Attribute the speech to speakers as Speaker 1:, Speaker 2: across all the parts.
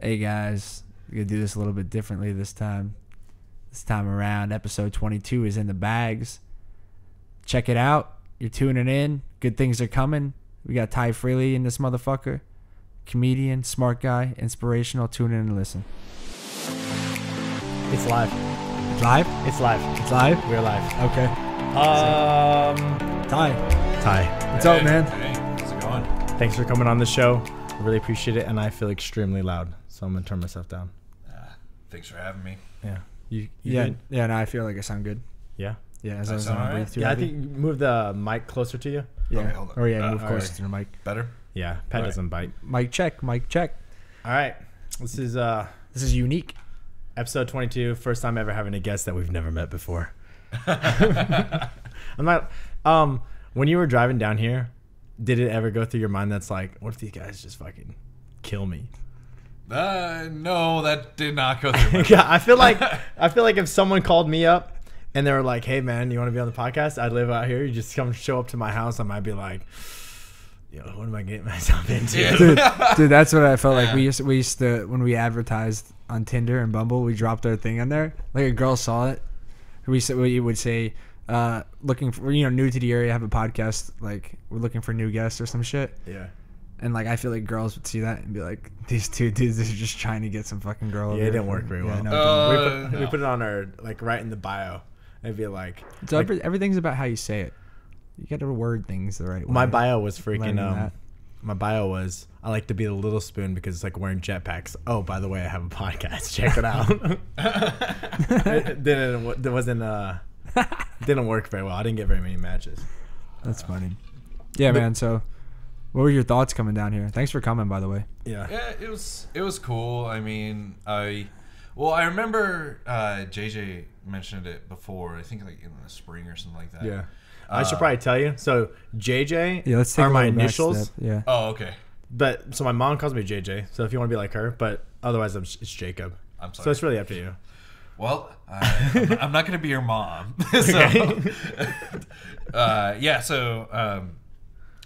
Speaker 1: Hey guys, we're gonna do this a little bit differently this time. This time around, episode 22 is in the bags. Check it out. You're tuning in. Good things are coming. We got Ty Freely in this motherfucker. Comedian, smart guy, inspirational. Tune in and listen.
Speaker 2: It's live.
Speaker 1: It's live.
Speaker 2: It's live.
Speaker 1: It's live.
Speaker 2: We're live.
Speaker 1: Okay.
Speaker 2: Um,
Speaker 1: Ty,
Speaker 2: Ty,
Speaker 1: what's up, man?
Speaker 3: Hey, how's it going?
Speaker 2: thanks for coming on the show. I really appreciate it, and I feel extremely loud, so I'm gonna turn myself down.
Speaker 3: Thanks for having me.
Speaker 2: Yeah. You. you
Speaker 1: Yeah.
Speaker 2: good?
Speaker 1: Yeah. No, I feel like I sound good.
Speaker 2: Yeah.
Speaker 1: Yeah. As
Speaker 3: I
Speaker 1: long as I
Speaker 3: sound
Speaker 1: don't
Speaker 3: alright?
Speaker 1: breathe too
Speaker 2: yeah. I
Speaker 1: heavy.
Speaker 2: think you move the mic closer to you.
Speaker 3: Okay,
Speaker 1: Yeah.
Speaker 3: hold on.
Speaker 1: Or Oh, yeah,
Speaker 3: Uh,
Speaker 1: move
Speaker 2: all
Speaker 1: closer
Speaker 2: right.
Speaker 1: to the mic.
Speaker 3: Better?
Speaker 2: Yeah. Pat
Speaker 3: Right.
Speaker 2: doesn't bite.
Speaker 1: Mic check. Mic check.
Speaker 2: All right. This is uh
Speaker 1: This is unique.
Speaker 2: episode 22. First time ever having a guest that we've never met before. I'm not. Um, when you were driving down here, did it ever go through your mind that's like, what if these guys just fucking kill me?
Speaker 3: Uh, no, that did not go through. my-
Speaker 2: yeah, I feel like I feel like if someone called me up and they were like, "Hey, man, you want to be on the podcast? I live out here. You just come show up to my house." I might be like, "Yo, what am I getting myself into?"
Speaker 1: dude,
Speaker 3: Yeah.
Speaker 1: dude, that's what I felt like. We used we used to when we advertised on Tinder and Bumble, we dropped our thing on there. Like a girl saw it. We said we would say, uh, looking for you know new to the area, have a podcast. Like we're looking for new guests or some shit.
Speaker 2: yeah,
Speaker 1: And like I feel like girls would see that and be like, these two dudes are just trying to get some fucking girl. over
Speaker 2: yeah, it
Speaker 1: here
Speaker 2: didn't
Speaker 1: for-
Speaker 2: work very
Speaker 1: Yeah,
Speaker 2: well.
Speaker 1: no, it didn't.
Speaker 3: Uh,
Speaker 2: we, put, we
Speaker 3: no.
Speaker 2: put it on our like right in the bio. It'd be like
Speaker 1: so every- everything's about how you say it. You got to word things the right way.
Speaker 2: my bio was freaking.
Speaker 1: Learning
Speaker 2: Um,
Speaker 1: that.
Speaker 2: my bio was I like to be the little spoon because it's like wearing jetpacks. Oh, by the way, I have a podcast. Check it out. it didn't. It wasn't. Uh, didn't work very well. I didn't get very many matches.
Speaker 1: That's funny. Yeah, man. So, what were your thoughts coming down here? Thanks for coming, by the way.
Speaker 2: Yeah.
Speaker 3: yeah, it was it was cool. I mean, I well, I remember uh, JJ mentioned it before. I think like in the spring or something like that.
Speaker 2: Yeah. I should probably tell you. So JJ
Speaker 1: Yeah, let's take
Speaker 2: are
Speaker 1: a
Speaker 2: my
Speaker 1: little back
Speaker 2: initials,
Speaker 1: step. Yeah.
Speaker 3: Oh, okay.
Speaker 2: but so my mom calls me JJ. So if you want to be like her, but otherwise I'm, it's Jacob.
Speaker 3: I'm
Speaker 2: So
Speaker 3: sorry.
Speaker 2: it's really up to you.
Speaker 3: Well, I, I'm, not- I'm not going to be your mom. so,
Speaker 2: Okay.
Speaker 3: uh, yeah, so um,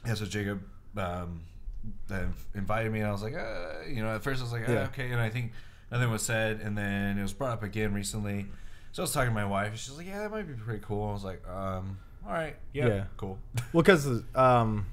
Speaker 3: yeah, so Jacob um, uh, invited me, and I was like, uh, you know, at first I was like, uh,
Speaker 2: Yeah.
Speaker 3: okay, and I think nothing was said, and then it was brought up again recently. So I was talking to my wife, and she's like, yeah, that might be pretty cool. I was like, um, all right, yeah,
Speaker 2: Yeah.
Speaker 3: cool.
Speaker 2: Well, because um,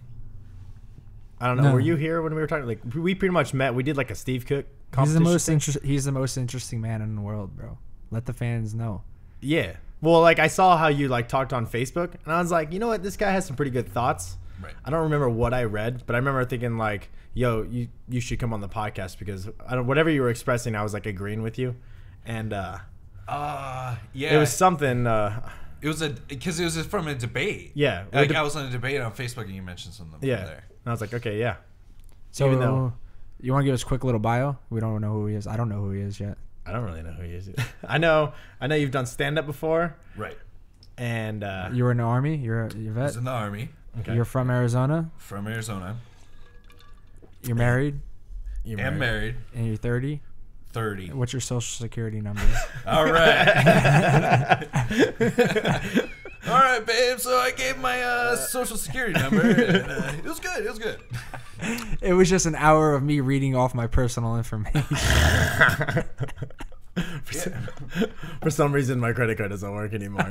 Speaker 2: I don't know.
Speaker 1: No.
Speaker 2: Were you here when we were talking? Like we- we pretty much met. We did like a Steve Cook
Speaker 1: He's the
Speaker 2: competition.
Speaker 1: most inter- He's the most interesting man in the world, bro. Let the fans know.
Speaker 2: yeah. Well, like I saw how you like talked on Facebook, and I was like, you know what, this guy has some pretty good thoughts.
Speaker 3: Right.
Speaker 2: I don't remember what I read, but I remember thinking like, "Yo, you you should come on the podcast because I don't, whatever you were expressing, I was like agreeing with you." And uh,
Speaker 3: Uh, yeah,
Speaker 2: it was something. Uh,
Speaker 3: it was a because it was from a debate.
Speaker 2: Yeah, we
Speaker 3: like
Speaker 2: deb-
Speaker 3: I was on a debate on Facebook, and you mentioned something. from
Speaker 2: yeah,
Speaker 3: there.
Speaker 2: and I was like, "Okay, yeah,
Speaker 1: So,
Speaker 2: Even though-
Speaker 1: you want to give us a quick little bio? We don't know who he is. I don't know who he is yet.
Speaker 2: I don't really know who he is." I know, I know you've done stand up before,
Speaker 3: right.
Speaker 2: and uh,
Speaker 1: You were in the army. You're a you're a
Speaker 3: I
Speaker 1: vet.
Speaker 3: was in the army
Speaker 2: okay.
Speaker 1: You're from Arizona.
Speaker 3: from Arizona.
Speaker 1: You're married,
Speaker 2: you're
Speaker 3: am married.
Speaker 1: and you're 30.
Speaker 3: 30.
Speaker 1: What's your social security number?
Speaker 3: All right. All right, babe. So I gave my uh, social security number. And, uh, it was good. It was good.
Speaker 1: it was just an hour of me reading off my personal information.
Speaker 2: for, some, for some reason, my credit card doesn't work anymore.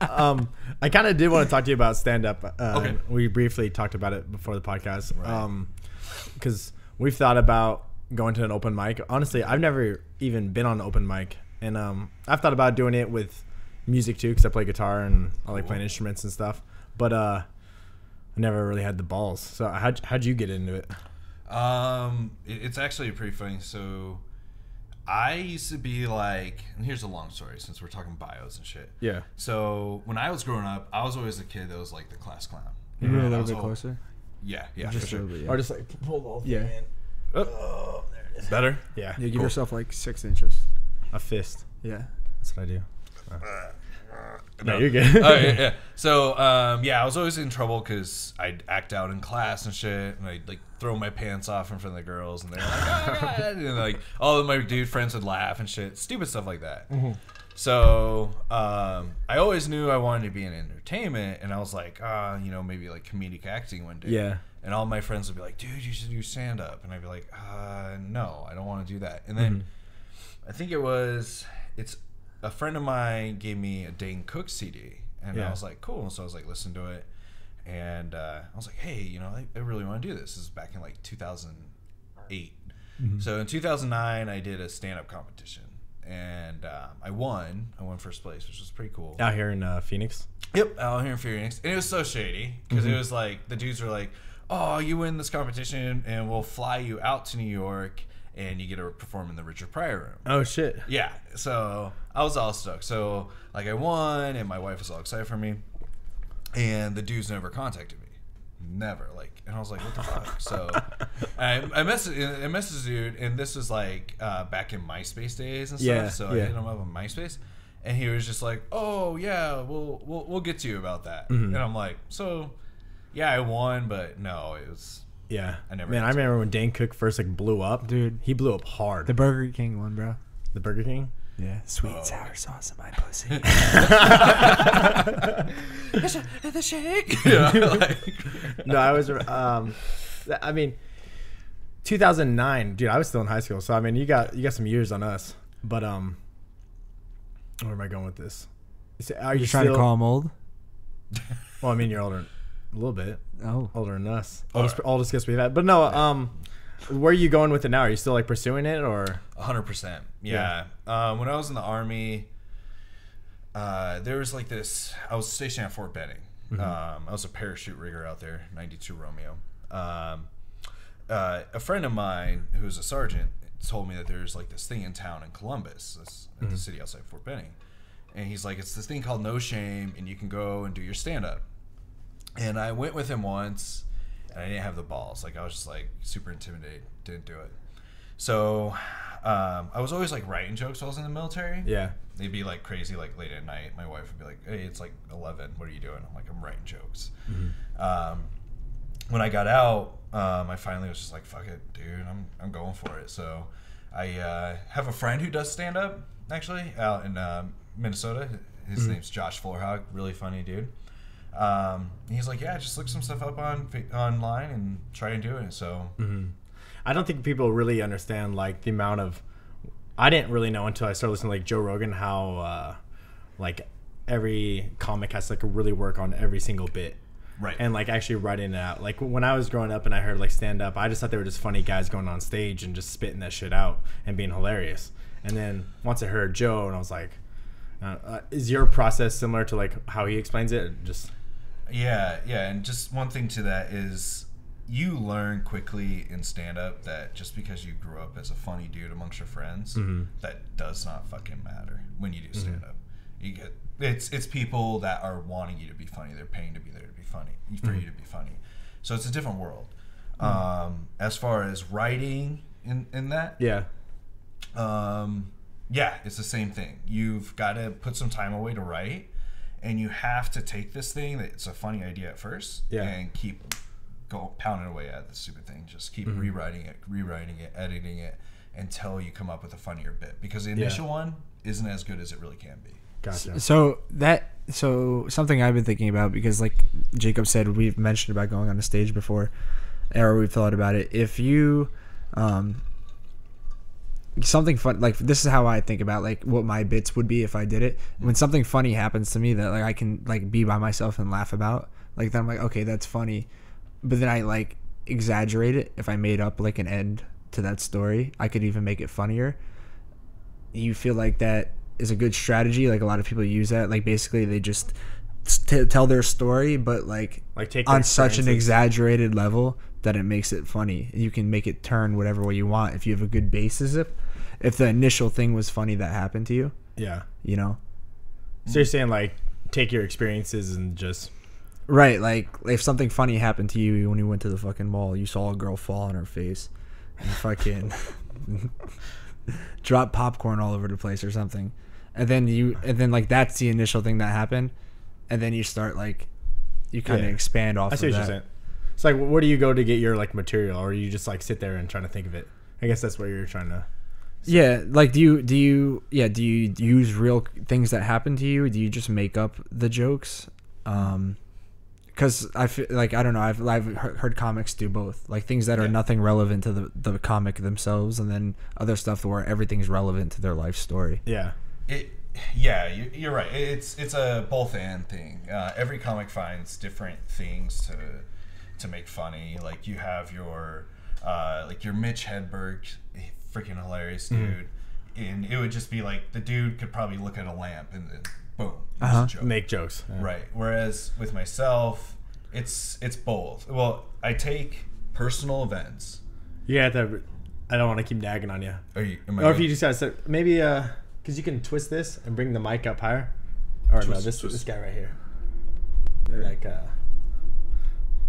Speaker 2: um, I kind of did want to talk to you about stand up. Uh,
Speaker 3: Okay.
Speaker 2: We briefly talked about it before the podcast. Because we've thought about going to an open mic. Honestly, I've never even been on an open mic. And um, I've thought about doing it with music too, because I play guitar and I like playing instruments and stuff. But uh, I never really had the balls. So, how'd, how'd you get into it?
Speaker 3: Um, it- it's actually pretty funny. So I used to be like, and here's a long story since we're talking bios and shit.
Speaker 2: Yeah.
Speaker 3: So when I was growing up, I was always a kid that was like the class clown.
Speaker 1: you were a
Speaker 3: I
Speaker 1: little
Speaker 3: was
Speaker 1: bit
Speaker 3: all-
Speaker 1: closer.
Speaker 3: Yeah, yeah, for
Speaker 1: Just a
Speaker 3: sure.
Speaker 1: little bit. Yeah.
Speaker 2: Or just like pull the whole thing
Speaker 1: Yeah.
Speaker 2: in. Oh, there it is.
Speaker 3: Better.
Speaker 2: Yeah.
Speaker 1: Yeah, give
Speaker 3: Cool.
Speaker 1: yourself like six inches.
Speaker 2: A fist.
Speaker 1: Yeah.
Speaker 2: That's what I do. No,
Speaker 3: No.
Speaker 2: you're good.
Speaker 3: oh, yeah, yeah. So, um, yeah, I was always in trouble because I'd act out in class and shit, and I'd like throw my pants off in front of the girls, and they're like, "Oh my god!" and like all of my dude friends would laugh and shit, stupid stuff like that. So, um, I "Ah, always knew I wanted to be in entertainment, and I was like, uh, you know, maybe like comedic acting one day.
Speaker 2: Yeah.
Speaker 3: and all my friends would be like, "Dude, you should do stand up," and I'd be like, uh, "No, I don't want to do that." And then I think it was it's a friend of mine gave me a Dane Cook CD, and
Speaker 2: Yeah.
Speaker 3: I was like, "Cool." So I was like, listen to it, and uh, I was like, "Hey, you know, I, I really want to do this." This is back in like 2008. So in 2009, I did a stand up competition. And um, I won. I won first place, which was pretty cool.
Speaker 2: out here in uh, Phoenix.
Speaker 3: Yep, out here in Phoenix, and it was so shady because it was like the dudes were like, "Oh, you win this competition, and we'll fly you out to New York, and you get to perform in the Richard Pryor room."
Speaker 2: Oh shit!
Speaker 3: Yeah, so I was all stoked. So like I won, and my wife was all excited for me, and the dudes never contacted me, never. Like, and I was like, "What the fuck?" So I, I messaged I messaged the dude, and this was like uh, back in MySpace days and stuff.
Speaker 2: Yeah,
Speaker 3: so
Speaker 2: yeah.
Speaker 3: I hit him up on MySpace, and he was just like, "Oh yeah, we'll we'll, we'll get to you about that."
Speaker 2: Mm-hmm.
Speaker 3: And I'm like, "So, yeah, I won, but no, it was."
Speaker 2: Yeah,
Speaker 3: I never
Speaker 2: Man, I
Speaker 3: answered.
Speaker 2: remember when Dane Cook first like blew up,
Speaker 1: Dude.
Speaker 2: He blew up hard.
Speaker 1: The
Speaker 2: The,
Speaker 1: Burger King one, bro.
Speaker 2: Burger King.
Speaker 1: Yeah, sweet and sour sauce in my pussy.
Speaker 3: The shake. You know, like-
Speaker 2: No, I was. Um, th- I mean, 2009, dude. I was still in high school, so I mean, you got you got some years on us. But um, where am I going with this? Is- Are
Speaker 1: You're trying
Speaker 2: still-
Speaker 1: to call him old?
Speaker 2: Well, I mean, you're older, a little bit
Speaker 1: Oh,
Speaker 2: older than us. Oldest, oldest guest we've had. But no, um, where are you going with it now? Are you still like pursuing it or?
Speaker 3: hundred percent. Yeah. Um, when I was in the army, uh, there was like this. I was stationed at Fort Benning. Um, I was a parachute rigger out there, ninety two Romeo. Um, uh, a friend of mine who's a sergeant told me that there's like this thing in town in Columbus, this, in the city outside Fort Benning, and he's like, it's this thing called No Shame, and you can go and do your stand up. And I went with him once, and I didn't have the balls. Like I was just like super intimidated, didn't do it. So um, I was always like writing jokes while I was in the military.
Speaker 2: Yeah.
Speaker 3: They'd be like crazy, like late at night. My wife would be like, "Hey, it's like eleven. What are you doing?" I'm like, "I'm writing jokes." Um, when I got out, um, I finally was just like, "Fuck it, dude. I'm I'm going for it." So I uh, have a friend who does stand up actually out in um Minnesota. His name's Josh Floorhog. Really funny dude. Um, he's like, "Yeah, just look some stuff up on fa- online and try and do it." So
Speaker 2: I don't think people really understand like the amount of. I didn't really know until I started listening to like Joe Rogan how uh, like every comic has to like really work on every single bit
Speaker 3: right
Speaker 2: and like actually writing it out. Like when I was growing up and I heard like stand up, I just thought they were just funny guys going on stage and just spitting that shit out and being hilarious. And then once I heard Joe, and I was like, uh, uh, "Is your process similar to like how he explains it?" Or Just
Speaker 3: Yeah, yeah, and just one thing to that is you learn quickly in stand up that just because you grew up as a funny dude amongst your friends, that does not fucking matter when you do stand up. You get it's it's people that are wanting you to be funny. They're paying to be there to be funny for you to be funny. So it's a different world. Um, as far as writing in in that,
Speaker 2: yeah,
Speaker 3: um, yeah, it's the same thing. You've got to put some time away to write, and you have to take this thing that it's a funny idea at first,
Speaker 2: Yeah.
Speaker 3: and keep go pounding away at the stupid thing. Just keep rewriting it, rewriting it, editing it until you come up with a funnier bit. Because the initial one isn't as good as it really can be.
Speaker 2: gotcha.
Speaker 1: so that so something I've been thinking about because like Jacob said, we've mentioned about going on a stage before, or we've thought about it. If you, um, something fun like this is how I think about like what my bits would be if I did it. When something funny happens to me that like I can like be by myself and laugh about, like then I'm like okay that's funny, but then I like exaggerate it. If I made up like an end to that story, I could even make it funnier. you feel like that is a good strategy like a lot of people use that like basically they just t- tell their story but like
Speaker 2: Like take their
Speaker 1: on such an
Speaker 2: experiences.
Speaker 1: exaggerated level that it makes it funny you can make it turn whatever way you want if you have a good basis if if the initial thing was funny that happened to you
Speaker 2: Yeah.
Speaker 1: you know
Speaker 2: So you're saying like take your experiences and just
Speaker 1: right like if something funny happened to you when you went to the fucking mall you saw a girl fall on her face and fucking drop popcorn all over the place or something and then you and then like that's the initial thing that happened and then you start like you kind of
Speaker 2: Yeah.
Speaker 1: expand off
Speaker 2: I
Speaker 1: of
Speaker 2: see what
Speaker 1: that.
Speaker 2: you're saying. It's like where do you go to get your like material, or you just like sit there and trying to think of it? I guess that's what you're trying to.
Speaker 1: yeah like do you do you yeah do you use real things that happen to you do you just make up the jokes um because I feel like I don't know. I've I've he- heard comics do both, like things that are
Speaker 3: Yeah.
Speaker 1: nothing relevant to the the comic themselves, and then other stuff where everything's relevant to their life story.
Speaker 2: Yeah.
Speaker 3: it yeah you, you're right It- it's it's a both and thing uh, every comic finds different things to to make funny like you have your uh, like your mitch hedberg freaking hilarious
Speaker 2: Mm-hmm.
Speaker 3: dude and it would just be like the dude could probably look at a lamp and then boom it's
Speaker 1: Uh-huh.
Speaker 3: a joke.
Speaker 2: Make jokes. Yeah.
Speaker 3: Right. Whereas with myself, it's it's both. Well, I take personal events.
Speaker 2: You have to. I don't want to keep nagging on you.
Speaker 3: Are you? Am I
Speaker 2: Or if
Speaker 3: good?
Speaker 2: you just gotta sit, maybe uh, cause you can twist this and bring the mic up higher. Or no,
Speaker 3: Twist,
Speaker 2: this
Speaker 3: twist.
Speaker 2: this guy right here. Like uh,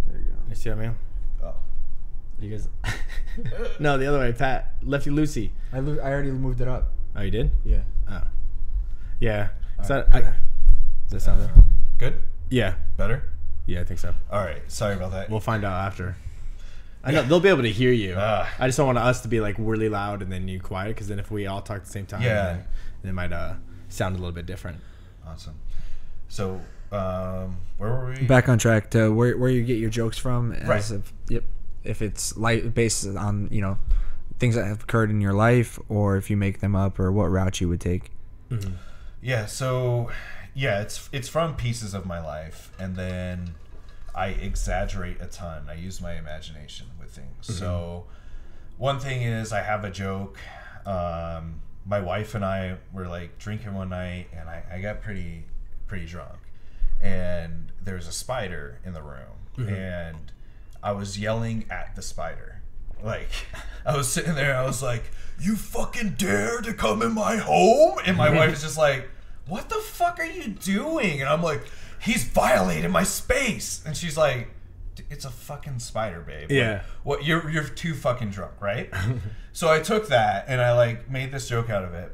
Speaker 1: There you go.
Speaker 2: you see what I mean?
Speaker 3: Oh.
Speaker 2: You guys. no, the other way, Pat. Lefty Lucy.
Speaker 1: I lo- I already moved it up.
Speaker 2: Oh, you did?
Speaker 1: Yeah.
Speaker 2: Oh. Yeah. Is
Speaker 1: Alright.
Speaker 2: that? I, does that sound good?
Speaker 3: Good.
Speaker 2: Yeah.
Speaker 3: Better.
Speaker 2: Yeah, I think so.
Speaker 3: All right. Sorry about that.
Speaker 2: We'll find out after. I know they'll be able to hear you.
Speaker 3: Ah.
Speaker 2: I just don't want us to be like really loud and then you quiet, because then if we all talk at the same time,
Speaker 3: Yeah.
Speaker 2: then, then it might uh, sound a little bit different.
Speaker 3: awesome. So, um, where were we?
Speaker 1: Back on track to where where you get your jokes from. As
Speaker 3: Right.
Speaker 1: Of, yep. If it's light based on you know things that have occurred in your life, or if you make them up, or what route you would take.
Speaker 3: Yeah. So, yeah, it's it's from pieces of my life, and then I exaggerate a ton. I use my imagination with things. So, one thing is I have a joke. Um, my wife and I were like drinking one night, and I, I got pretty pretty drunk, and there was a spider in the room, and I was yelling at the spider. Like, I was sitting there, I was like, "You fucking dare to come in my home?" And my wife is just like, "What the fuck are you doing?" And I'm like, "He's violated my space," and she's like. "D- It's a fucking spider, babe. Like,
Speaker 2: Yeah.
Speaker 3: what you're you're too fucking drunk, right? so I took that and I like made this joke out of it.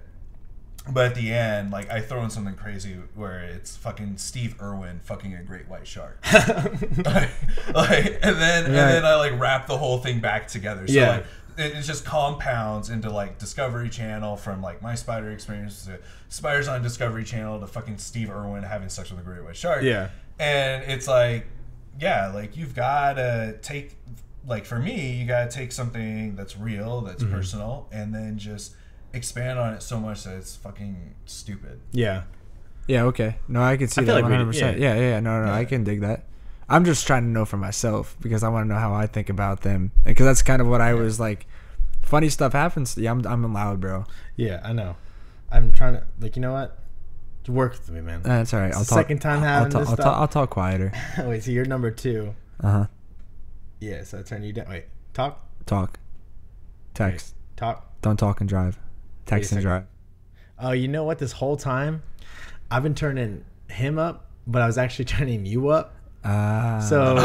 Speaker 3: But at the end, like I throw in something crazy where it's fucking Steve Irwin fucking a great white shark. like, and then and
Speaker 1: Right.
Speaker 3: then I like wrap the whole thing back together. So
Speaker 2: Yeah.
Speaker 3: like it, it just compounds into like Discovery Channel from like my spider experience to spiders on Discovery Channel to fucking Steve Irwin having sex with a great white shark
Speaker 2: Yeah.
Speaker 3: and it's like yeah like you've got to take like for me you got to take something that's real that's
Speaker 2: Mm-hmm.
Speaker 3: personal and then just expand on it so much that it's fucking stupid
Speaker 2: Yeah.
Speaker 1: Yeah. Okay. No, I can see
Speaker 2: feel
Speaker 1: that
Speaker 2: like
Speaker 1: one
Speaker 2: we-
Speaker 1: hundred percent. Yeah.
Speaker 2: yeah.
Speaker 1: Yeah. yeah. No. No. I
Speaker 3: Yeah.
Speaker 1: can dig that. I'm just trying to know for myself because I want to know how I think about them because that's kind of what I was like. Funny stuff happens. Yeah, I'm I'm loud, bro.
Speaker 2: Yeah, I know. I'm trying to like you know what? You Work with me, man.
Speaker 1: That's all right.
Speaker 2: It's
Speaker 1: I'll
Speaker 2: the
Speaker 1: talk.
Speaker 2: second time
Speaker 1: I'll-
Speaker 2: having
Speaker 1: I'll, talk-
Speaker 2: this
Speaker 1: I'll,
Speaker 2: stuff.
Speaker 1: talk, I'll talk quieter.
Speaker 2: Wait, so you're number two.
Speaker 1: Uh huh.
Speaker 2: Yeah, so I turn you down. Wait, talk,
Speaker 1: Talk. Text.
Speaker 2: talk.
Speaker 1: Don't talk and drive. Text and
Speaker 2: second.
Speaker 1: drive.
Speaker 2: Oh, you know what? This whole time, I've been turning him up, but I was actually turning you up.
Speaker 1: Ah.
Speaker 2: So,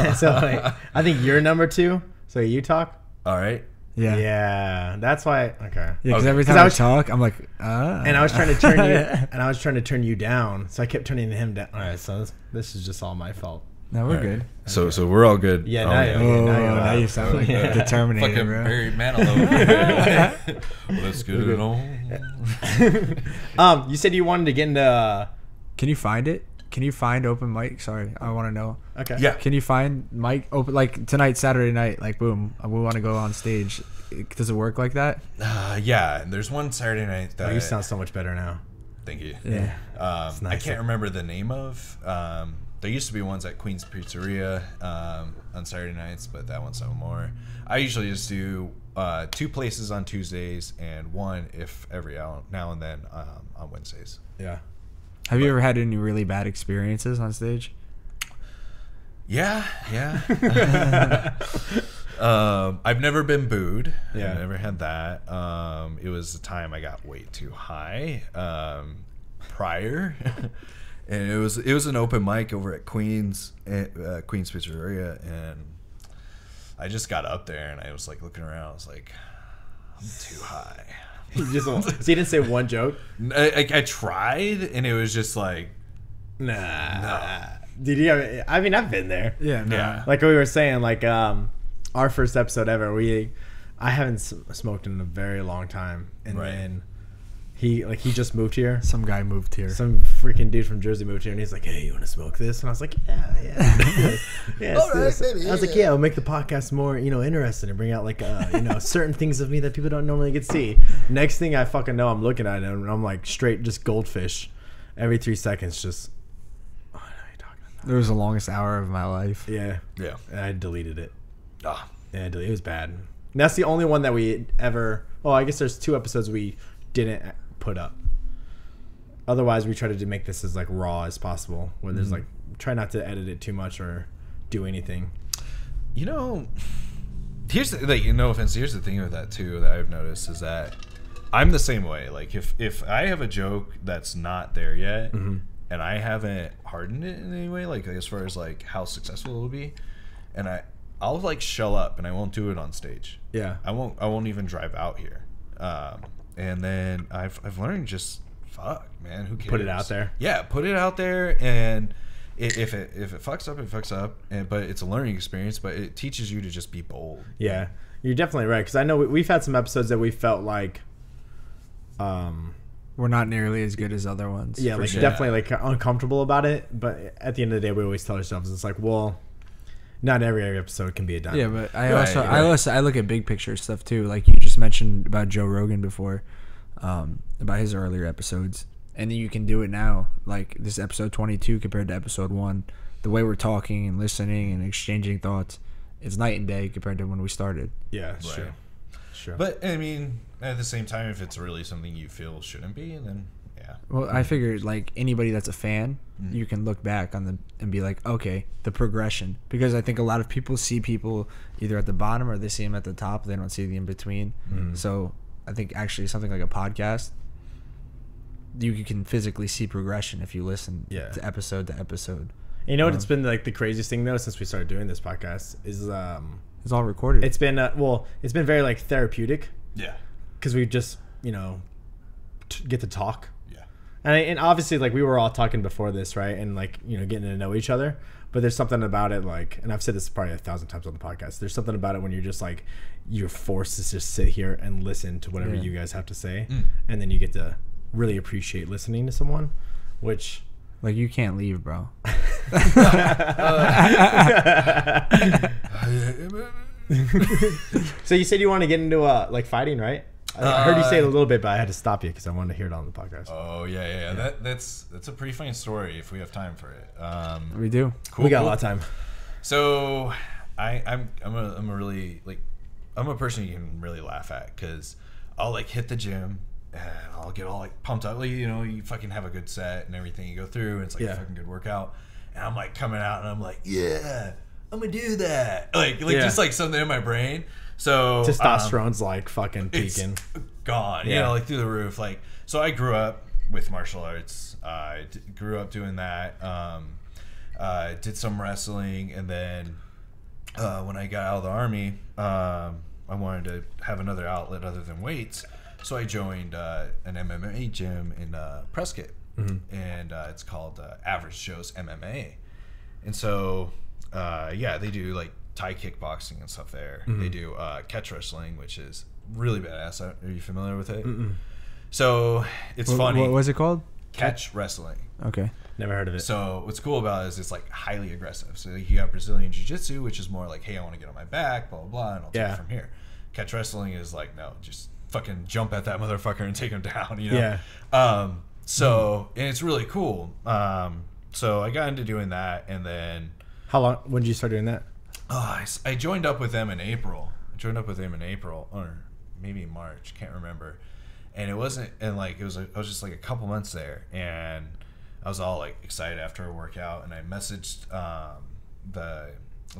Speaker 2: wait, so wait, I think you're number two. So you talk.
Speaker 3: all right
Speaker 1: yeah. Yeah.
Speaker 2: Yeah, that's why. Okay.
Speaker 1: Because
Speaker 3: Okay.
Speaker 1: every
Speaker 2: 'Cause
Speaker 1: time
Speaker 2: I
Speaker 1: I,
Speaker 2: was-
Speaker 1: talk, I'm like, ah.
Speaker 2: And I was trying to turn you,
Speaker 1: Yeah.
Speaker 2: and I was trying to turn you down. So I kept turning him down. All right, so this, this is just all my fault.
Speaker 1: No, we're good.
Speaker 3: so so we're all good
Speaker 2: Yeah, now you're- Okay,
Speaker 1: oh,
Speaker 2: now you're
Speaker 1: now
Speaker 2: loud.
Speaker 1: you sound like
Speaker 2: Yeah.
Speaker 1: the Terminator,
Speaker 3: fucking
Speaker 1: bro.
Speaker 3: Barry Manilow well, that's good and all
Speaker 2: um, you said you wanted to get into. Uh,
Speaker 1: Can you find it? Can you find open mic? Sorry, I want to know.
Speaker 2: okay.
Speaker 3: yeah
Speaker 1: Can you find mic open like tonight, Saturday night? Like, boom, we want to go on stage. It- Does it work like that?
Speaker 3: uh, yeah and there's one Saturday night that
Speaker 2: Oh, you sound so much better now.
Speaker 3: thank you
Speaker 1: Yeah.
Speaker 3: Um, I
Speaker 2: nice.
Speaker 3: can't remember the name of. Um, there used to be ones at Queen's Pizzeria um, on Saturday nights, but that one's no more. I usually just do uh, two places on Tuesdays and one if every out- now and then um, on Wednesdays.
Speaker 2: Yeah.
Speaker 1: Have you ever had any really bad experiences on stage?
Speaker 3: Yeah, yeah. um, I've never been booed.
Speaker 2: Yeah.
Speaker 3: I've never had that. Um, it was the time I got way too high um, prior, and it was it was an open mic over at Queens uh, Queens Pizzeria, and I just got up there and I was like looking around. I was like, I'm too high.
Speaker 2: You just so you didn't say one joke.
Speaker 3: I, I, I tried, and it was just like,
Speaker 2: Nah. Did you? Have, I mean, I've been there.
Speaker 1: Yeah, no.
Speaker 3: yeah.
Speaker 2: Like we were saying, like um, our first episode ever. We, I haven't s- smoked in a very long time, and
Speaker 3: Right.
Speaker 2: then He like he just moved here.
Speaker 1: Some guy moved here.
Speaker 2: Some freaking dude from Jersey moved here, and he's like, "Hey, you want to smoke this?" And I was like, "Yeah, yeah, yeah." All right, I was like, "Yeah, I'll make the podcast more, you know, interesting and bring out like, uh, you know, certain things of me that people don't normally get to see." Next thing I fucking know, I'm looking at him, and I'm like, straight just goldfish, every three seconds, just. "Oh, I know what you're talking about."
Speaker 1: It was the longest hour of my life.
Speaker 2: Yeah,
Speaker 3: Yeah.
Speaker 2: and I deleted it.
Speaker 3: Ah,
Speaker 2: Yeah, I deleted- it was bad. And that's the only one that we ever. Well, I guess there's two episodes we didn't put up. Otherwise, we tried to make this as like raw as possible. Where
Speaker 1: Mm-hmm.
Speaker 2: there's like try not to edit it too much or do anything.
Speaker 3: you know, here's the, like no offense. Here's the thing with that too that I've noticed is that I'm the same way. Like if if I have a joke that's not there yet, and I haven't hardened it in any way, like as far as like how successful it'll be, and I I'll like shell up and I won't do it on stage.
Speaker 2: Yeah,
Speaker 3: I won't. I won't even drive out here. Um, and then I've I've learned just fuck, man. Who cares?
Speaker 2: it out there.
Speaker 3: Yeah, put it out there, and i if it if it fucks up, it fucks up. And but it's a learning experience. But it teaches you to just be bold.
Speaker 2: yeah, you're definitely right. Because I know we, we've had some episodes that we felt like, um,
Speaker 1: We're not nearly as good as other ones.
Speaker 2: yeah,
Speaker 1: for
Speaker 2: like
Speaker 1: sure.
Speaker 2: definitely like uncomfortable about it. But at the end of the day, we always tell ourselves it's like, well, not every episode can be a dime.
Speaker 1: Yeah, but I
Speaker 3: Right,
Speaker 1: also I
Speaker 3: right.
Speaker 1: also I look at big picture stuff too. Like you just mentioned about Joe Rogan before, um, about his earlier episodes, and then you can do it now. Like this episode twenty two compared to episode one, the way we're talking and listening and exchanging thoughts, it's night and day compared to when we started.
Speaker 2: yeah, it's
Speaker 3: Right.
Speaker 2: true, sure.
Speaker 3: But I mean, at the same time, if it's really something you feel shouldn't be, then yeah,
Speaker 1: Well, I figured like anybody that's a fan,
Speaker 3: Mm.
Speaker 1: you can look back on the and be like, okay, the progression. Because I think a lot of people see people either at the bottom or they see them at the top. They don't see the in between.
Speaker 3: Mm.
Speaker 1: So I think actually something like a podcast, you c- can physically see progression if you listen
Speaker 2: Yeah.
Speaker 1: to episode to episode.
Speaker 2: You know what? It's been like the craziest thing though since we started doing this podcast is um,
Speaker 1: It's all recorded.
Speaker 2: it's been uh, well, it's been very like therapeutic
Speaker 3: yeah,
Speaker 2: because we just you know t- get to talk
Speaker 3: yeah.
Speaker 2: and I, and obviously like we were all talking before this right and like you know getting to know each other. But there's something about it like, and I've said this probably a thousand times on the podcast. There's something about it when you're just like you're forced to just sit here and listen to whatever
Speaker 1: Yeah.
Speaker 2: you guys have to say, and then you get to really appreciate listening to someone, which.
Speaker 1: like you can't leave, bro.
Speaker 2: So you said you want to get into uh like fighting, right? I, I heard you
Speaker 3: Uh,
Speaker 2: say it a little bit, but I had to stop you because I wanted to hear it on the podcast.
Speaker 3: Oh yeah, yeah, yeah. That that's that's a pretty funny story if we have time for it. Um,
Speaker 1: We do.
Speaker 3: cool.
Speaker 2: we got a
Speaker 3: cool. Um,
Speaker 2: lot of time.
Speaker 3: So, I, I'm I'm a, I'm a really like I'm a person you can really laugh at because I'll like hit the gym and I'll get all like pumped up. Like you know, you fucking have a good set and everything you go through, and it's like
Speaker 2: Yeah.
Speaker 3: a fucking good workout. And I'm like coming out and I'm like, yeah, I'm gonna do that. Like like
Speaker 2: Yeah.
Speaker 3: just like something in my brain. So um,
Speaker 2: Testosterone's like fucking
Speaker 3: it's
Speaker 2: peaking.
Speaker 3: gone. You
Speaker 2: Yeah.
Speaker 3: know, like through the roof. Like so, I grew up with martial arts. I d- grew up doing that. Um, uh, did some wrestling, and then uh, when I got out of the army, um, I wanted to have another outlet other than weights. So I joined uh, an MMA gym in uh, Prescott, and uh, it's called uh, Average Joe's MMA. And so, uh, yeah, they do like Thai kickboxing and stuff there. They do uh, catch wrestling, which is really badass. I- Are you familiar with it? So it's
Speaker 1: Wh-
Speaker 3: funny.
Speaker 1: What was it called?
Speaker 3: catch wrestling.
Speaker 1: Okay.
Speaker 2: Never heard of it.
Speaker 3: So what's cool about it is it's like highly aggressive. So like, you got Brazilian jiu-jitsu, which is more like, hey, I want to get on my back, blah blah blah, and I'll take
Speaker 2: Yeah.
Speaker 3: it from here. Catch wrestling is like, no, just fucking jump at that motherfucker and take him down. You know. Yeah. Um. So and it's really cool. Um. So I got into doing that, and then
Speaker 2: How long? When did you start doing that?
Speaker 3: Oh, I, s- I joined up with them in April. I joined up with them in April or maybe March, can't remember. And it wasn't, and like it was, like, I was just like a couple months there, and I was all like excited after a workout, and I messaged um, the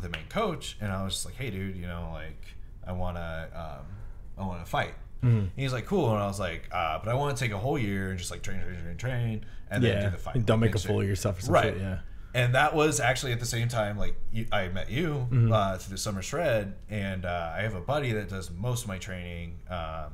Speaker 3: the main coach, and I was just like, hey, dude, you know, like I wanna um, I wanna fight.
Speaker 2: Mm-hmm.
Speaker 3: And he's like, cool, and I was like, uh, but I want to take a whole year and just like train, train, train, train, and then do the fight.
Speaker 2: Don't make a
Speaker 3: next
Speaker 2: fool
Speaker 3: year
Speaker 2: of yourself. Or some
Speaker 3: right
Speaker 2: Shit, yeah.
Speaker 3: and that was actually at the same time like you, i met you
Speaker 2: Mm-hmm.
Speaker 3: uh, through the summer shred and uh, i have a buddy that does most of my training um,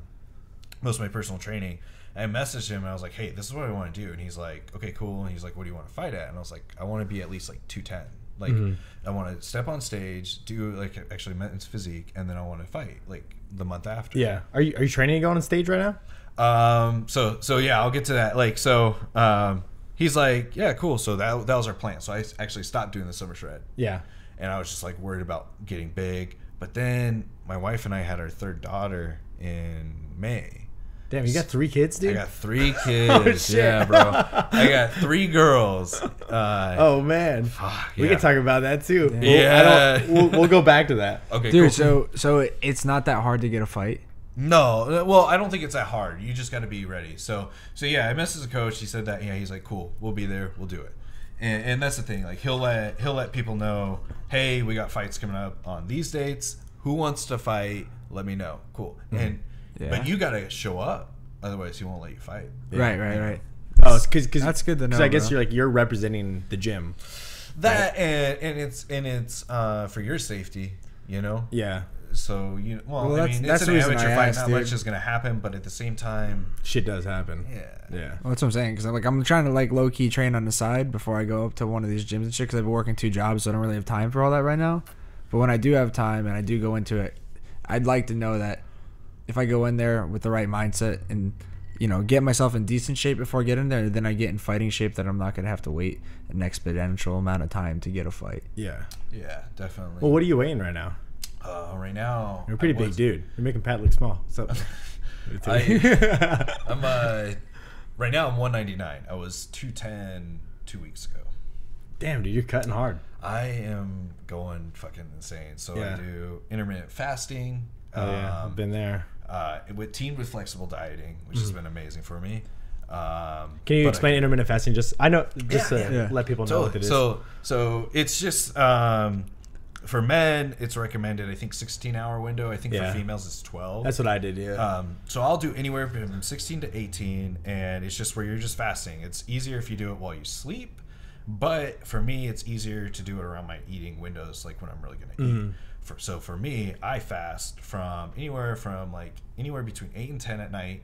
Speaker 3: most of my personal training i messaged him and i was like hey this is what i want to do and he's like okay cool and he's like what do you want to fight at and i was like i want to be at least like 210 like
Speaker 2: Mm-hmm.
Speaker 3: i want to step on stage do like actually men's physique and then i want to fight like the month after
Speaker 2: Yeah. Are you are you training to go on stage right now?
Speaker 3: Um, so so yeah, I'll get to that. Like so, um, he's like, yeah, cool. So that that was our plan. So I s- actually stopped doing the summer shred,
Speaker 2: Yeah.
Speaker 3: and I was just like worried about getting big. But then my wife and I had our third daughter in May.
Speaker 2: Damn, you got three kids,
Speaker 3: I
Speaker 2: dude.
Speaker 3: got three
Speaker 2: Oh,
Speaker 3: kids. yeah, bro. I got three girls. Uh,
Speaker 2: oh man, we
Speaker 3: yeah.
Speaker 2: can talk about that too. We'll, I
Speaker 3: Yeah.
Speaker 2: don't, we'll, we'll go back to that.
Speaker 3: Okay,
Speaker 1: Dude,
Speaker 3: cool.
Speaker 1: so so it- it's not that hard to get a fight.
Speaker 3: No, uh, well, I don't think it's that hard. You just got to be ready. So, so yeah, I messaged the coach. He said that. Yeah, he's like, cool. We'll be there. We'll do it. And, and that's the thing. Like he'll let he'll let people know. Hey, we got fights coming up on these dates. Who wants to fight? Let me know. Cool. And
Speaker 1: Mm-hmm. Yeah.
Speaker 3: but you got to show up. Otherwise, he won't let you fight.
Speaker 1: Right, right, right.
Speaker 2: Oh, it's cause, 'cause-
Speaker 1: That's good to
Speaker 2: 'cause
Speaker 1: know,
Speaker 2: I guess
Speaker 1: bro.
Speaker 2: you're like you're representing the gym.
Speaker 3: That and, and it's and it's uh, for your safety. You know.
Speaker 2: Yeah,
Speaker 3: So you well,
Speaker 1: Well,
Speaker 3: I
Speaker 1: that's-
Speaker 3: mean,
Speaker 1: that's
Speaker 3: it's
Speaker 1: the
Speaker 3: an
Speaker 1: reason
Speaker 3: amateur
Speaker 1: I
Speaker 3: fight.
Speaker 1: asked,
Speaker 3: Not
Speaker 1: dude.
Speaker 3: much is gonna happen. But at the same time,
Speaker 2: shit does happen.
Speaker 3: yeah.
Speaker 2: Yeah.
Speaker 1: Well, that's what I'm saying. Because I'm like, I'm trying to like low key train on the side before I go up to one of these gyms and shit. Because I've been working two jobs, so I don't really have time for all that right now. But when I do have time and I do go into it, I'd like to know that if I go in there with the right mindset and you know get myself in decent shape before I get in there, then I get in fighting shape that I'm not gonna have to wait an exponential amount of time to get a fight.
Speaker 2: Yeah.
Speaker 3: Yeah, definitely.
Speaker 2: Well, what are you weighing right now?
Speaker 3: Uh, right now,
Speaker 2: You're a pretty
Speaker 3: I
Speaker 2: big
Speaker 3: was-
Speaker 2: dude. You're making Pat look small. So.
Speaker 3: I'm uh, right now I'm 199. I was 210 two weeks ago.
Speaker 2: Damn, dude, you're cutting hard.
Speaker 3: I am going fucking insane. So
Speaker 2: Yeah.
Speaker 3: I do intermittent fasting.
Speaker 2: Oh, yeah,
Speaker 3: um,
Speaker 2: I've been there.
Speaker 3: uh, with teamed with flexible dieting, which has been amazing for me. Um,
Speaker 2: Mm-hmm. Can you
Speaker 3: but I-
Speaker 2: explain intermittent fasting? Just I know, just
Speaker 3: Yeah,
Speaker 2: to
Speaker 1: yeah.
Speaker 2: let people know what it is.
Speaker 3: So so it's just um, for men, it's recommended. I think 16 hour window. I think
Speaker 2: Yeah.
Speaker 3: for females, it's 12.
Speaker 2: that's what I did. Yeah.
Speaker 3: Um, so I'll do anywhere from 16 to 18, and it's just where you're just fasting. It's easier if you do it while you sleep, but for me, it's easier to do it around my eating windows, like when I'm really gonna
Speaker 2: Mm-hmm.
Speaker 3: eat. For, so for me, I fast from anywhere from like anywhere between eight and 10 at night,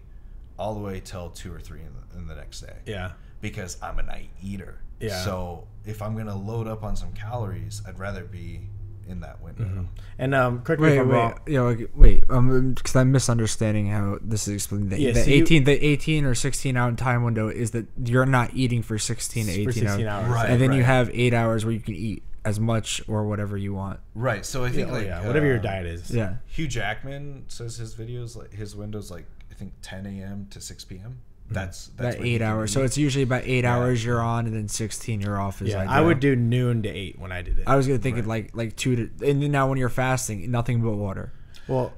Speaker 3: all the way till two or three in the, in the next day
Speaker 2: yeah.
Speaker 3: because I'm a night eater.
Speaker 2: Yeah.
Speaker 3: So if I'm gonna load up on some calories, I'd rather be in that window.
Speaker 2: And um, correct me
Speaker 1: Wait,
Speaker 2: if I'm
Speaker 1: wait,
Speaker 2: wrong.
Speaker 1: yeah, like, wait, um, because I'm misunderstanding how this is explained. The,
Speaker 2: Yeah,
Speaker 1: the
Speaker 2: so you-
Speaker 1: 18, the 18 or 16 hour time window is that you're not eating for 16 to 18
Speaker 2: For 16
Speaker 1: hours,
Speaker 2: hours.
Speaker 3: Right.
Speaker 1: and then you
Speaker 3: right.
Speaker 1: have eight hours where you can eat as much or whatever you want.
Speaker 3: Right. So I think
Speaker 2: Oh,
Speaker 3: like
Speaker 2: yeah, whatever your
Speaker 3: um,
Speaker 2: diet is.
Speaker 1: Yeah,
Speaker 3: Hugh Jackman says his videos like his windows like I think 10 a.m. to 6 p.m. That's
Speaker 1: Mm-hmm.
Speaker 3: that's
Speaker 1: that
Speaker 3: when you
Speaker 1: eight
Speaker 3: can
Speaker 1: hours.
Speaker 3: eat.
Speaker 1: So it's usually about eight hours you're on, and then 16 you're off. Is
Speaker 2: Yeah,
Speaker 1: ideal.
Speaker 2: I would do noon to eight when I did it.
Speaker 1: I was gonna think it like like two to, and then now when you're fasting, nothing but water.
Speaker 2: well,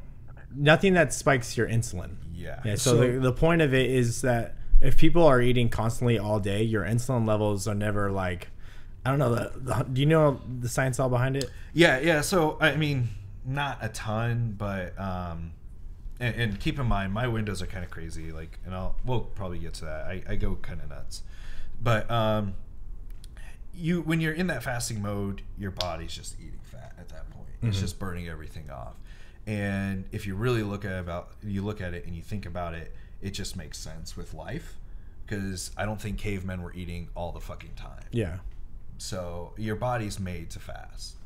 Speaker 2: nothing that spikes your insulin.
Speaker 3: yeah.
Speaker 2: Yeah. So, the, the point of it is that if people are eating constantly all day, your insulin levels are never like, I don't know. The, the, do you know the science all behind it?
Speaker 3: Yeah, yeah. So I mean, not a ton, but um, and, and keep in mind my windows are kind of crazy. Like, and I'll we'll probably get to that. I, I go kind of nuts, but um, you when you're in that fasting mode, your body's just eating fat at that point. It's just burning everything off. And if you really look at about you look at it and you think about it, it just makes sense with life. Because I don't think cavemen were eating all the fucking time.
Speaker 2: Yeah.
Speaker 3: So your body's made to fast.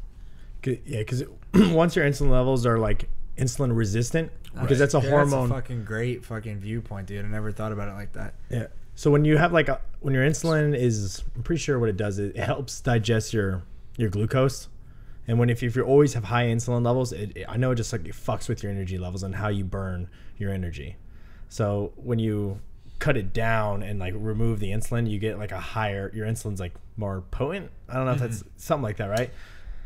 Speaker 2: 'Cause- yeah, because once your insulin levels are like insulin resistant, because that's a
Speaker 1: Dude,
Speaker 2: hormone.
Speaker 1: That's a fucking great fucking viewpoint, dude. I never thought about it like that.
Speaker 2: yeah. So when you have like a, when your insulin is, I'm pretty sure what it does is it helps digest your your glucose, and when if, if you always have high insulin levels, it, it- I know it just like it fucks with your energy levels and how you burn your energy. So when you cut it down and like remove the insulin, you get like a higher your insulin's like more potent. I don't know if
Speaker 1: Mm-hmm.
Speaker 2: that's something like that, right?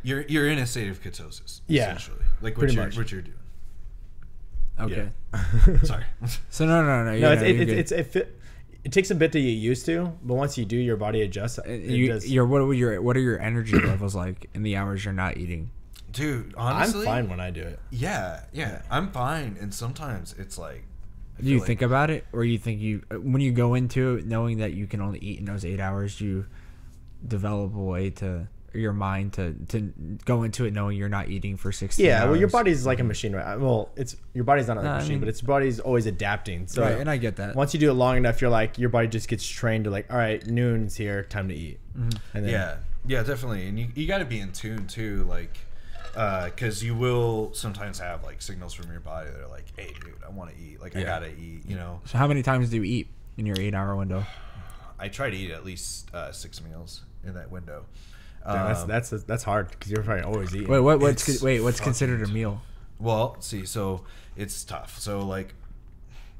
Speaker 3: You're you're in a state of ketosis.
Speaker 2: Yeah,
Speaker 3: essentially. Like what
Speaker 2: pretty
Speaker 3: you're
Speaker 2: much.
Speaker 3: what you're doing.
Speaker 1: Okay.
Speaker 3: Sorry.
Speaker 1: So no, no, no. you
Speaker 2: No,
Speaker 1: know,
Speaker 2: it's, it,
Speaker 1: you're
Speaker 2: it's,
Speaker 1: good.
Speaker 2: it's it, fit, it takes a bit to get used to, but once you do, your body adjusts. It
Speaker 1: Uh, you,
Speaker 2: does.
Speaker 1: your what are your what are your energy levels like in the hours you're not eating?
Speaker 3: Dude,
Speaker 2: I'm
Speaker 3: honestly.
Speaker 2: fine when I do it.
Speaker 3: Yeah, yeah. I'm fine. And sometimes it's like
Speaker 1: Do you
Speaker 3: like-
Speaker 1: think about it, or you think you uh, when you go into it knowing that you can only eat in those eight hours, you develop a way to your mind to to go into it knowing you're not eating for sixteen.
Speaker 2: Yeah, well, your
Speaker 1: hours.
Speaker 2: body's like a machine, right? Well, it's your body's not a
Speaker 1: No, I
Speaker 2: machine,
Speaker 1: mean-
Speaker 2: but its body's always adapting. So,
Speaker 1: Right, and I get that.
Speaker 2: once you do it long enough, you're like your body just gets trained to like, all right, noon's
Speaker 1: Mm-hmm.
Speaker 2: here, time to eat, and then
Speaker 3: yeah. Yeah, definitely. And you, you got to be in tune too like because you will sometimes have like signals from your body that are like, "Hey, dude, I want to eat. Like, I
Speaker 2: Yeah.
Speaker 3: gotta eat." You know,
Speaker 1: So how many times do you eat in your eight-hour window?
Speaker 3: I try to eat at least uh, six meals in that window.
Speaker 2: Damn, that's
Speaker 3: Um,
Speaker 2: that's that's hard because you're probably always eating.
Speaker 1: Wait, what, what's
Speaker 3: It's
Speaker 1: con- wait? What's
Speaker 3: fucking
Speaker 1: considered a meal?
Speaker 3: Well, see, so it's tough. So like,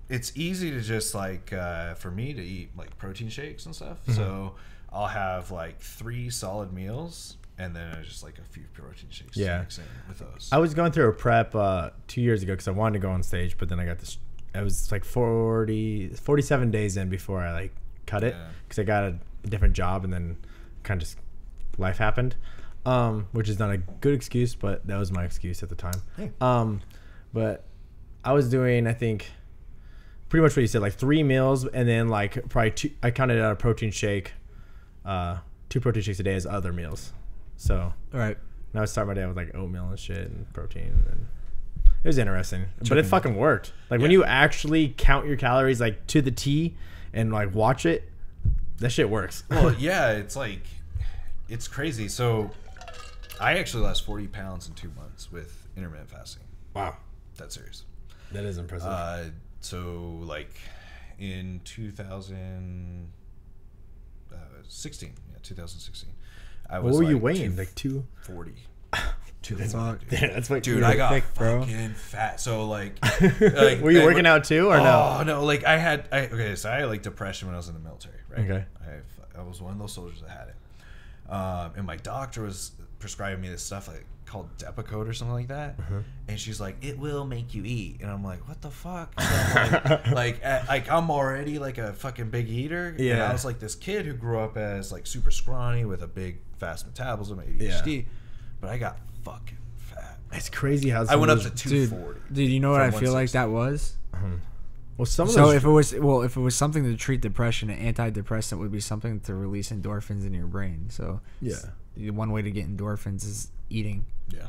Speaker 3: it's easy to just like uh, for me to eat like protein shakes and stuff. So
Speaker 2: Mm-hmm.
Speaker 3: I'll have like three solid meals, and then I just like a few protein shakes. to
Speaker 2: Yeah.
Speaker 3: mix in with those.
Speaker 2: I was going through a prep uh, two years ago because I wanted to go on stage, but then I got this. I was like 40, 47 days in before I like cut it
Speaker 3: Yeah.
Speaker 2: because I got a different job and then kind of just life happened, um, which is not a good excuse, but that was my excuse at the time.
Speaker 3: Hey.
Speaker 2: Um, but I was doing, I think, pretty much what you said, like three meals and then like probably two. I counted out a protein shake, uh, two protein shakes a day as other meals. So
Speaker 1: All right.
Speaker 2: and I would start my day with like oatmeal and shit and protein. And then it was interesting, but it fucking worked. Like when
Speaker 3: Yeah.
Speaker 2: you actually count your calories like to the T and like watch it, that shit works.
Speaker 3: well, yeah, it's like it's crazy. So I actually lost forty pounds in two months with intermittent fasting.
Speaker 2: wow,
Speaker 3: That serious.
Speaker 2: that is impressive.
Speaker 3: Uh, so like in 2016, yeah, 2016. I
Speaker 2: what
Speaker 3: was
Speaker 2: were you
Speaker 3: like,
Speaker 2: weighing? Like two.
Speaker 3: 240.
Speaker 1: Fuck.
Speaker 2: That's what
Speaker 3: Dude, I got
Speaker 1: thick, bro.
Speaker 3: fucking fat. So like, like
Speaker 2: Were you
Speaker 3: I-
Speaker 2: working out too or no?
Speaker 3: Oh no! Like I had, I okay. So I had like depression when I was in the military, right?
Speaker 2: Okay.
Speaker 3: I, I was one of those soldiers that had it, um, and my doctor was prescribing me this stuff like called Depakote or something like that,
Speaker 1: Uh-huh.
Speaker 3: and she's like, "It will make you eat," and I'm like, "What the fuck?" So I'm like, like, at- like I'm already like a fucking big eater. and
Speaker 2: Yeah.
Speaker 3: I was like this kid who grew up as like super scrawny with a big fast metabolism, ADHD, but I got fucking fat.
Speaker 2: It's crazy how
Speaker 3: I
Speaker 2: some
Speaker 3: went
Speaker 2: of
Speaker 3: up to
Speaker 2: those-
Speaker 1: Dude,
Speaker 3: 240.
Speaker 1: dude, you know what
Speaker 3: From
Speaker 1: I feel like that was?
Speaker 2: well some of
Speaker 1: So
Speaker 2: those
Speaker 1: if it was well, if it was something to treat depression, an antidepressant would be something to release endorphins in your brain. So
Speaker 2: Yeah.
Speaker 1: the one way to get endorphins is eating.
Speaker 3: Yeah.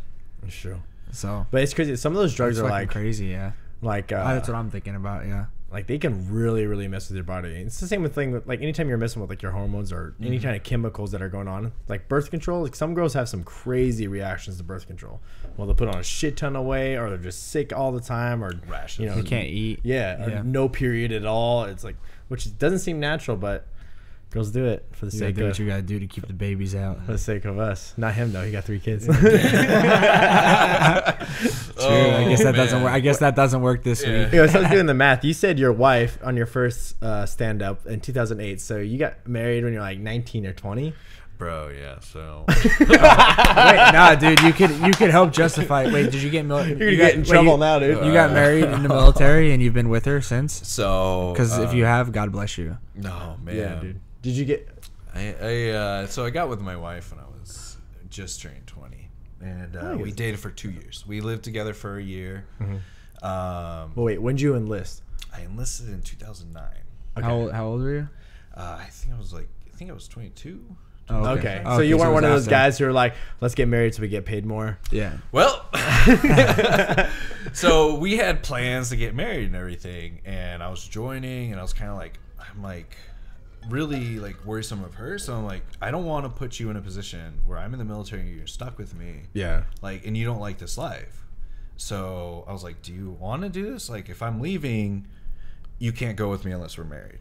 Speaker 2: it's true,
Speaker 1: So
Speaker 2: but it's crazy. Some of those drugs
Speaker 1: it's
Speaker 2: are
Speaker 1: fucking
Speaker 2: like
Speaker 1: crazy, yeah.
Speaker 2: like uh,
Speaker 1: Ah, that's what I'm thinking about, yeah.
Speaker 2: like they can really really mess with your body it's the same with thing with like anytime you're messing with like your hormones or
Speaker 1: Mm-hmm.
Speaker 2: any kind of chemicals that are going on like birth control like some girls have some crazy reactions to birth control well they'll put on a shit ton of weight or they're just sick all the time or
Speaker 3: Rashes.
Speaker 2: you know
Speaker 1: You can't eat.
Speaker 2: yeah, or
Speaker 1: Yeah.
Speaker 2: no period at all it's like which doesn't seem natural but girls do it for the
Speaker 1: You gotta
Speaker 2: sake
Speaker 1: do
Speaker 2: of
Speaker 1: what you gotta do to keep the babies out.
Speaker 2: for the sake of us not him though he got three kids
Speaker 1: True. I guess that
Speaker 3: Oh,
Speaker 1: doesn't work. I guess that doesn't work this
Speaker 3: Yeah.
Speaker 1: week.
Speaker 2: Yo, so I was doing the math. You said your wife on your first uh, stand up in 2008. So you got married when you're like 19 or 20.
Speaker 3: Bro, yeah. So
Speaker 1: Wait, nah, dude, you could you could help justify. Wait, did you get mil- You're
Speaker 2: gonna get in trouble now, Uh. dude.
Speaker 1: You got married in the military and you've been with her since.
Speaker 3: so
Speaker 1: Because
Speaker 3: uh,
Speaker 1: if you have, God bless you.
Speaker 3: no man,
Speaker 2: Yeah, dude. Did you get?
Speaker 3: I, I uh, so I got with my wife when I was just turned twenty, and uh, we
Speaker 2: Nice. Mm-hmm.
Speaker 3: dated for two years. We lived together for a year. Um,
Speaker 2: Well, wait. When did you enlist?
Speaker 3: I enlisted in two thousand nine.
Speaker 2: Okay.
Speaker 1: How old, how old were you?
Speaker 3: Uh, I think I was like I think I was twenty two.
Speaker 1: Oh,
Speaker 2: Okay. So
Speaker 1: okay,
Speaker 2: you weren't
Speaker 1: it
Speaker 2: one of
Speaker 1: was
Speaker 2: those
Speaker 1: after.
Speaker 2: guys who are like, let's get married so we get paid more.
Speaker 1: Yeah.
Speaker 3: Well, so we had plans to get married and everything, and I was joining, and I was kind of like, I'm like, really like worrisome of her. So I'm like, I don't want to put you in a position where I'm in the military and you're stuck with me,
Speaker 2: Yeah.
Speaker 3: like, and you don't like this life. So I was like, do you want to do this? Like, if I'm leaving, you can't go with me unless we're married.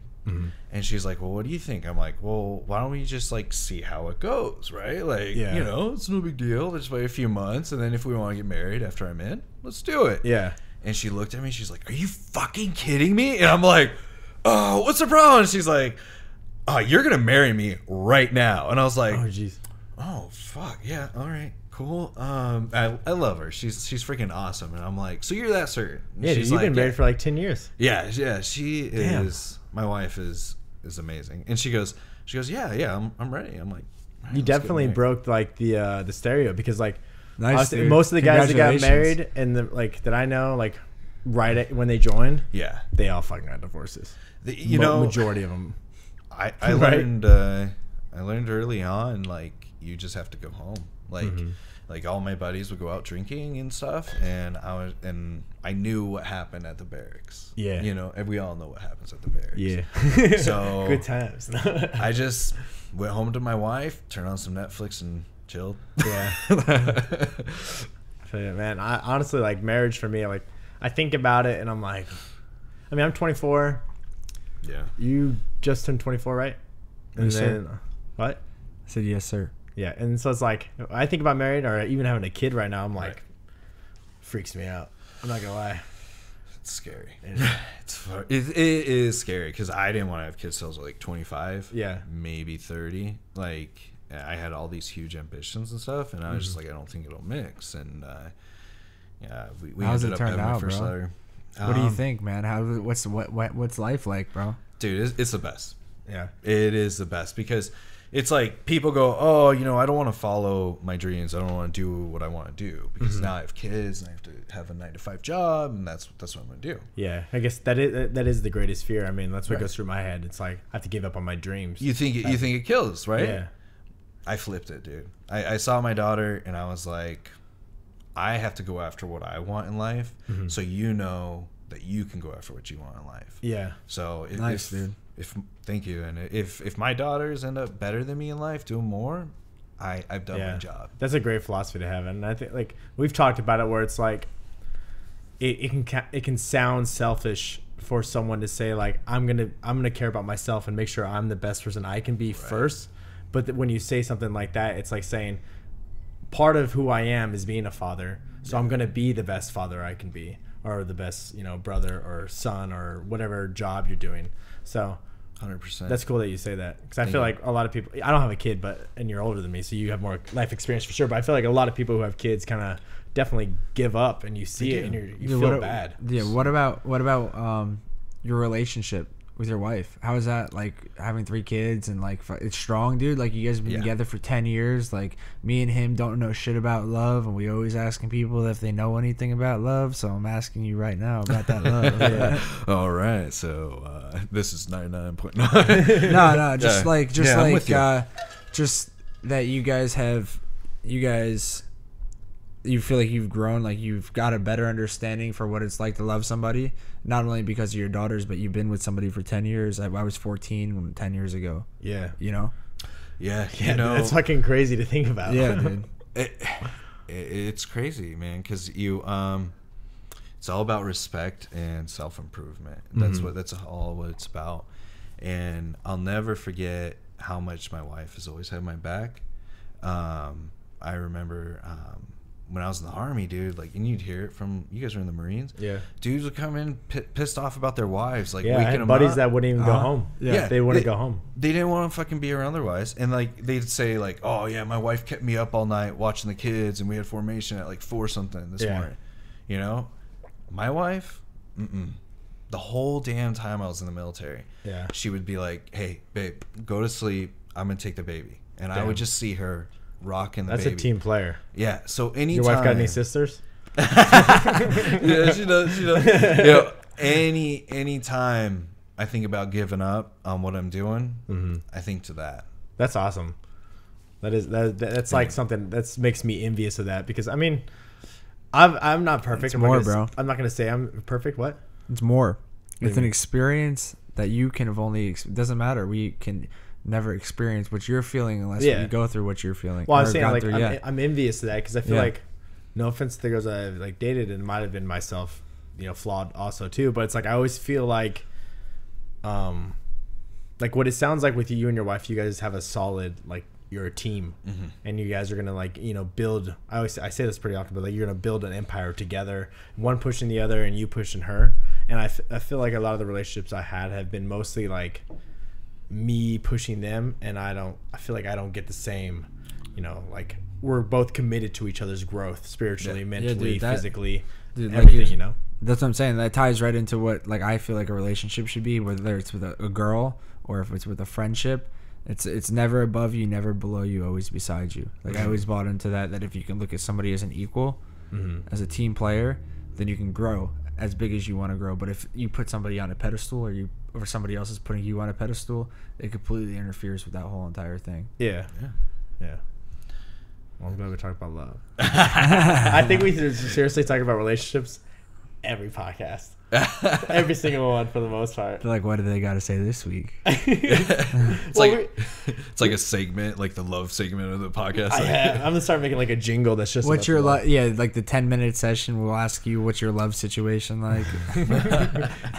Speaker 3: And she's like, well, what do you think? I'm like, well, why don't we just like see how it goes, right? Like,
Speaker 2: Yeah.
Speaker 3: you know, it's no big deal. Let's wait a few months, and then if we want to get married after I'm in, let's do it.
Speaker 2: Yeah.
Speaker 3: And she looked at me. She's like, "Are you fucking kidding me?" And I'm like, "Oh, what's the problem?" And she's like, "Oh, you're gonna marry me right now." And I was like,
Speaker 2: Oh, jeez.
Speaker 3: "Oh, fuck, yeah, all right, cool." Um, I, I love her. She's she's freaking awesome. And I'm like, "So you're that certain?" And
Speaker 2: Yeah, dude,
Speaker 3: she's
Speaker 2: you've
Speaker 3: like,
Speaker 2: been married for like 10 years.
Speaker 3: yeah, yeah, she
Speaker 2: Damn.
Speaker 3: is. My wife is is amazing. And she goes, she goes, "Yeah, yeah, I'm I'm ready." I'm like, "All right,
Speaker 2: You
Speaker 3: let's get
Speaker 2: definitely
Speaker 3: married."
Speaker 2: broke like the uh, the stereo because like
Speaker 1: Nice,
Speaker 2: honestly,
Speaker 1: dude.
Speaker 2: most of the guys that got
Speaker 1: Congratulations.
Speaker 2: married and the, like that I know like right at, when they joined,
Speaker 3: Yeah,
Speaker 2: they all fucking got divorces.
Speaker 3: The- you
Speaker 2: Mo-
Speaker 3: know,
Speaker 2: majority of them.
Speaker 3: I, I
Speaker 2: Right.
Speaker 3: learned uh, I learned early on like you just have to go home. Like
Speaker 2: Mm-hmm.
Speaker 3: like all my buddies would go out drinking and stuff, and I was and I knew what happened at the barracks.
Speaker 2: Yeah.
Speaker 3: you know, and we all know what happens at the barracks.
Speaker 2: Yeah.
Speaker 3: So-
Speaker 2: good times.
Speaker 3: I just went home to my wife, turned on some Netflix, and chilled.
Speaker 2: yeah. feel you, man. I honestly like marriage for me. Like, I think about it and I'm like, I mean, I'm 24.
Speaker 3: Yeah.
Speaker 2: You just turned 24, right? And
Speaker 1: Yes, sir.
Speaker 2: then what?
Speaker 1: I said yes, sir.
Speaker 2: Yeah, and so it's like I think about married or even having a kid right now. I'm like, freaks me out. I'm not gonna lie.
Speaker 3: It's scary. it's fu- it, it is scary because I didn't want to have kids till I was like 25.
Speaker 2: Yeah.
Speaker 3: Maybe 30. Like, I had all these huge ambitions and stuff, and I was just like, I don't think it'll mix. And, uh, yeah, we, we
Speaker 1: How's
Speaker 3: ended
Speaker 1: it
Speaker 3: up
Speaker 1: turned
Speaker 3: having my
Speaker 1: out,
Speaker 3: first
Speaker 1: bro?
Speaker 3: daughter.
Speaker 1: What do you
Speaker 3: Um,
Speaker 1: think, man? How what's what, what what's life like, bro?
Speaker 3: Dude, it's, it's the best.
Speaker 2: Yeah,
Speaker 3: It is the best because it's like people go, oh, you know, I don't want to follow my dreams. I don't want to do what I want to do because now I have kids and I have to have a nine to five job, and that's that's what I'm gonna do.
Speaker 2: yeah. I guess that is that is the greatest fear. I mean, that's what goes through my head. It's like I have to give up on my dreams.
Speaker 3: You think it, you think it kills, right?
Speaker 2: Yeah,
Speaker 3: I flipped it, dude. I, I saw my daughter and I was like, I have to go after what I want in life,
Speaker 1: Mm-hmm.
Speaker 3: so you know that you can go after what you want in life.
Speaker 2: yeah,
Speaker 3: So if,
Speaker 1: Nice,
Speaker 3: if,
Speaker 1: dude.
Speaker 3: If thank you, and if if my daughters end up better than me in life, doing more, I I've done
Speaker 2: yeah.
Speaker 3: my job.
Speaker 2: That's a great philosophy to have, and I think like we've talked about it, where it's like it, it can ca- it can sound selfish for someone to say like I'm gonna I'm gonna care about myself and make sure I'm the best person I can be first. But th- when you say something like that, it's like saying part of who I am is being a father. So I'm going to be the best father I can be or the best, you know, brother or son or whatever job you're doing. So
Speaker 3: Hundred percent.
Speaker 2: that's cool that you say that cuz I feel
Speaker 3: you.
Speaker 2: like a lot of people I don't have a kid, but and you're older than me, so you have more life experience for sure, but I feel like a lot of people who have kids kind of definitely give up and you see it and you're, you
Speaker 1: Yeah,
Speaker 2: feel
Speaker 1: what,
Speaker 2: bad.
Speaker 1: Yeah. What about what about um your relationship with your wife? How is that like having three kids and like f- it's strong, dude? Like you guys have been
Speaker 3: Yeah.
Speaker 1: together for ten years. Like me and him don't know shit about love, and we always asking people if they know anything about love. So I'm asking you right now about that love.
Speaker 3: All right, so uh, this is ninety nine point nine.
Speaker 1: no, no, just
Speaker 3: Yeah.
Speaker 1: like just
Speaker 3: Yeah, I'm with
Speaker 1: like
Speaker 3: you.
Speaker 1: uh just that you guys have you guys you feel like you've grown, like you've got a better understanding for what it's like to love somebody, not only because of your daughters, but you've been with somebody for 10 years. I, I was 14 when- 10 years ago,
Speaker 2: Yeah.
Speaker 1: you know?
Speaker 3: Yeah, you
Speaker 2: Yeah,
Speaker 3: know,
Speaker 2: it's fucking crazy to think about.
Speaker 1: Yeah, dude.
Speaker 3: it, it- it's crazy, man, because you um, it's all about respect and self improvement. That's
Speaker 2: Mm-hmm.
Speaker 3: what that's all what it's about. And I'll never forget how much my wife has always had my back. Um, I remember um, when I was in the army, dude. Like, and you'd hear it from you guys were in the Marines.
Speaker 2: Yeah.
Speaker 3: dudes would come in p- pissed off about their wives, like
Speaker 2: Yeah, I
Speaker 3: waking
Speaker 2: had
Speaker 3: them
Speaker 2: buddies
Speaker 3: up.
Speaker 2: that wouldn't even go
Speaker 1: Uh-huh.
Speaker 2: home.
Speaker 1: Yeah.
Speaker 2: Yeah, they wouldn't
Speaker 3: They-
Speaker 2: go home.
Speaker 3: they didn't want to fucking be around otherwise. And like they'd say like, "Oh yeah, my wife kept me up all night watching the kids, and we had formation at like four something this
Speaker 2: Yeah.
Speaker 3: morning." You know, my wife, mm-mm. the whole damn time I was in the military,
Speaker 2: Yeah.
Speaker 3: she would be like, "Hey, babe, go to sleep. I'm gonna take the baby," and I
Speaker 2: Damn.
Speaker 3: would just see her rocking the
Speaker 2: That's
Speaker 3: baby.
Speaker 2: a team player.
Speaker 3: Yeah. So anytime
Speaker 2: Your wife got any sisters?
Speaker 3: yeah, she does. She does. You know, any any time I think about giving up on what I'm doing,
Speaker 2: Mm-hmm.
Speaker 3: I think to that.
Speaker 2: That's awesome. That is that. that- That's like something that's makes me envious of that because I mean, I'm I'm not perfect.
Speaker 1: It's
Speaker 2: I'm not
Speaker 1: more,
Speaker 2: gonna s-
Speaker 1: bro.
Speaker 2: I'm not gonna say I'm perfect. What?
Speaker 1: It's more. It's an experience that you can have only ex- it doesn't matter. We can never experience what you're feeling unless
Speaker 2: Yeah.
Speaker 1: we go through what you're feeling.
Speaker 2: Well, I was
Speaker 1: or
Speaker 2: saying
Speaker 1: gone
Speaker 2: like
Speaker 1: through
Speaker 2: I'm,
Speaker 1: yet.
Speaker 2: I'm envious of that because I feel
Speaker 1: Yeah.
Speaker 2: like, no offense to the girls I've like dated and might have been myself, you know, flawed also too. But it's like I always feel like, um, like what it sounds like with you and your wife, you guys have a solid like you're a team,
Speaker 1: Mm-hmm.
Speaker 2: and you guys are gonna like you know build. I always I say this pretty often, but like you're gonna build an empire together, one pushing the other, and you pushing her. And I, f- I feel like a lot of the relationships I had have been mostly like me pushing them and I don't I feel like I don't get the same you know like we're both committed to each other's growth spiritually mentally
Speaker 1: dude, that-
Speaker 2: physically
Speaker 1: Dude, like
Speaker 2: everything
Speaker 1: you-
Speaker 2: you know
Speaker 1: That's what I'm saying. That ties right into what like I feel like a relationship should be, whether it's with a, a girl or if it's with a friendship. It's it's never above you, never below you, always beside you. Like I always bought into that. That if you can look at somebody as an equal, as a team player, then you can grow as big as you want to grow. But if you put somebody on a pedestal, or you or somebody else is putting you on a pedestal, it completely interferes with that whole entire thing.
Speaker 2: yeah
Speaker 3: Yeah.
Speaker 2: yeah well, I'm glad we talked about love I think we should seriously talk about relationships every podcast, every single one for the most part.
Speaker 1: They're like, what do they got to say this week?
Speaker 3: it's
Speaker 2: Well,
Speaker 3: like it's like a segment, like the love segment of the podcast.
Speaker 2: I
Speaker 3: like-
Speaker 2: am gonna start making like a jingle that's just
Speaker 1: What's
Speaker 2: about
Speaker 1: your
Speaker 2: the
Speaker 1: love? Yeah, like the ten minute session. We'll ask you what's your love situation like.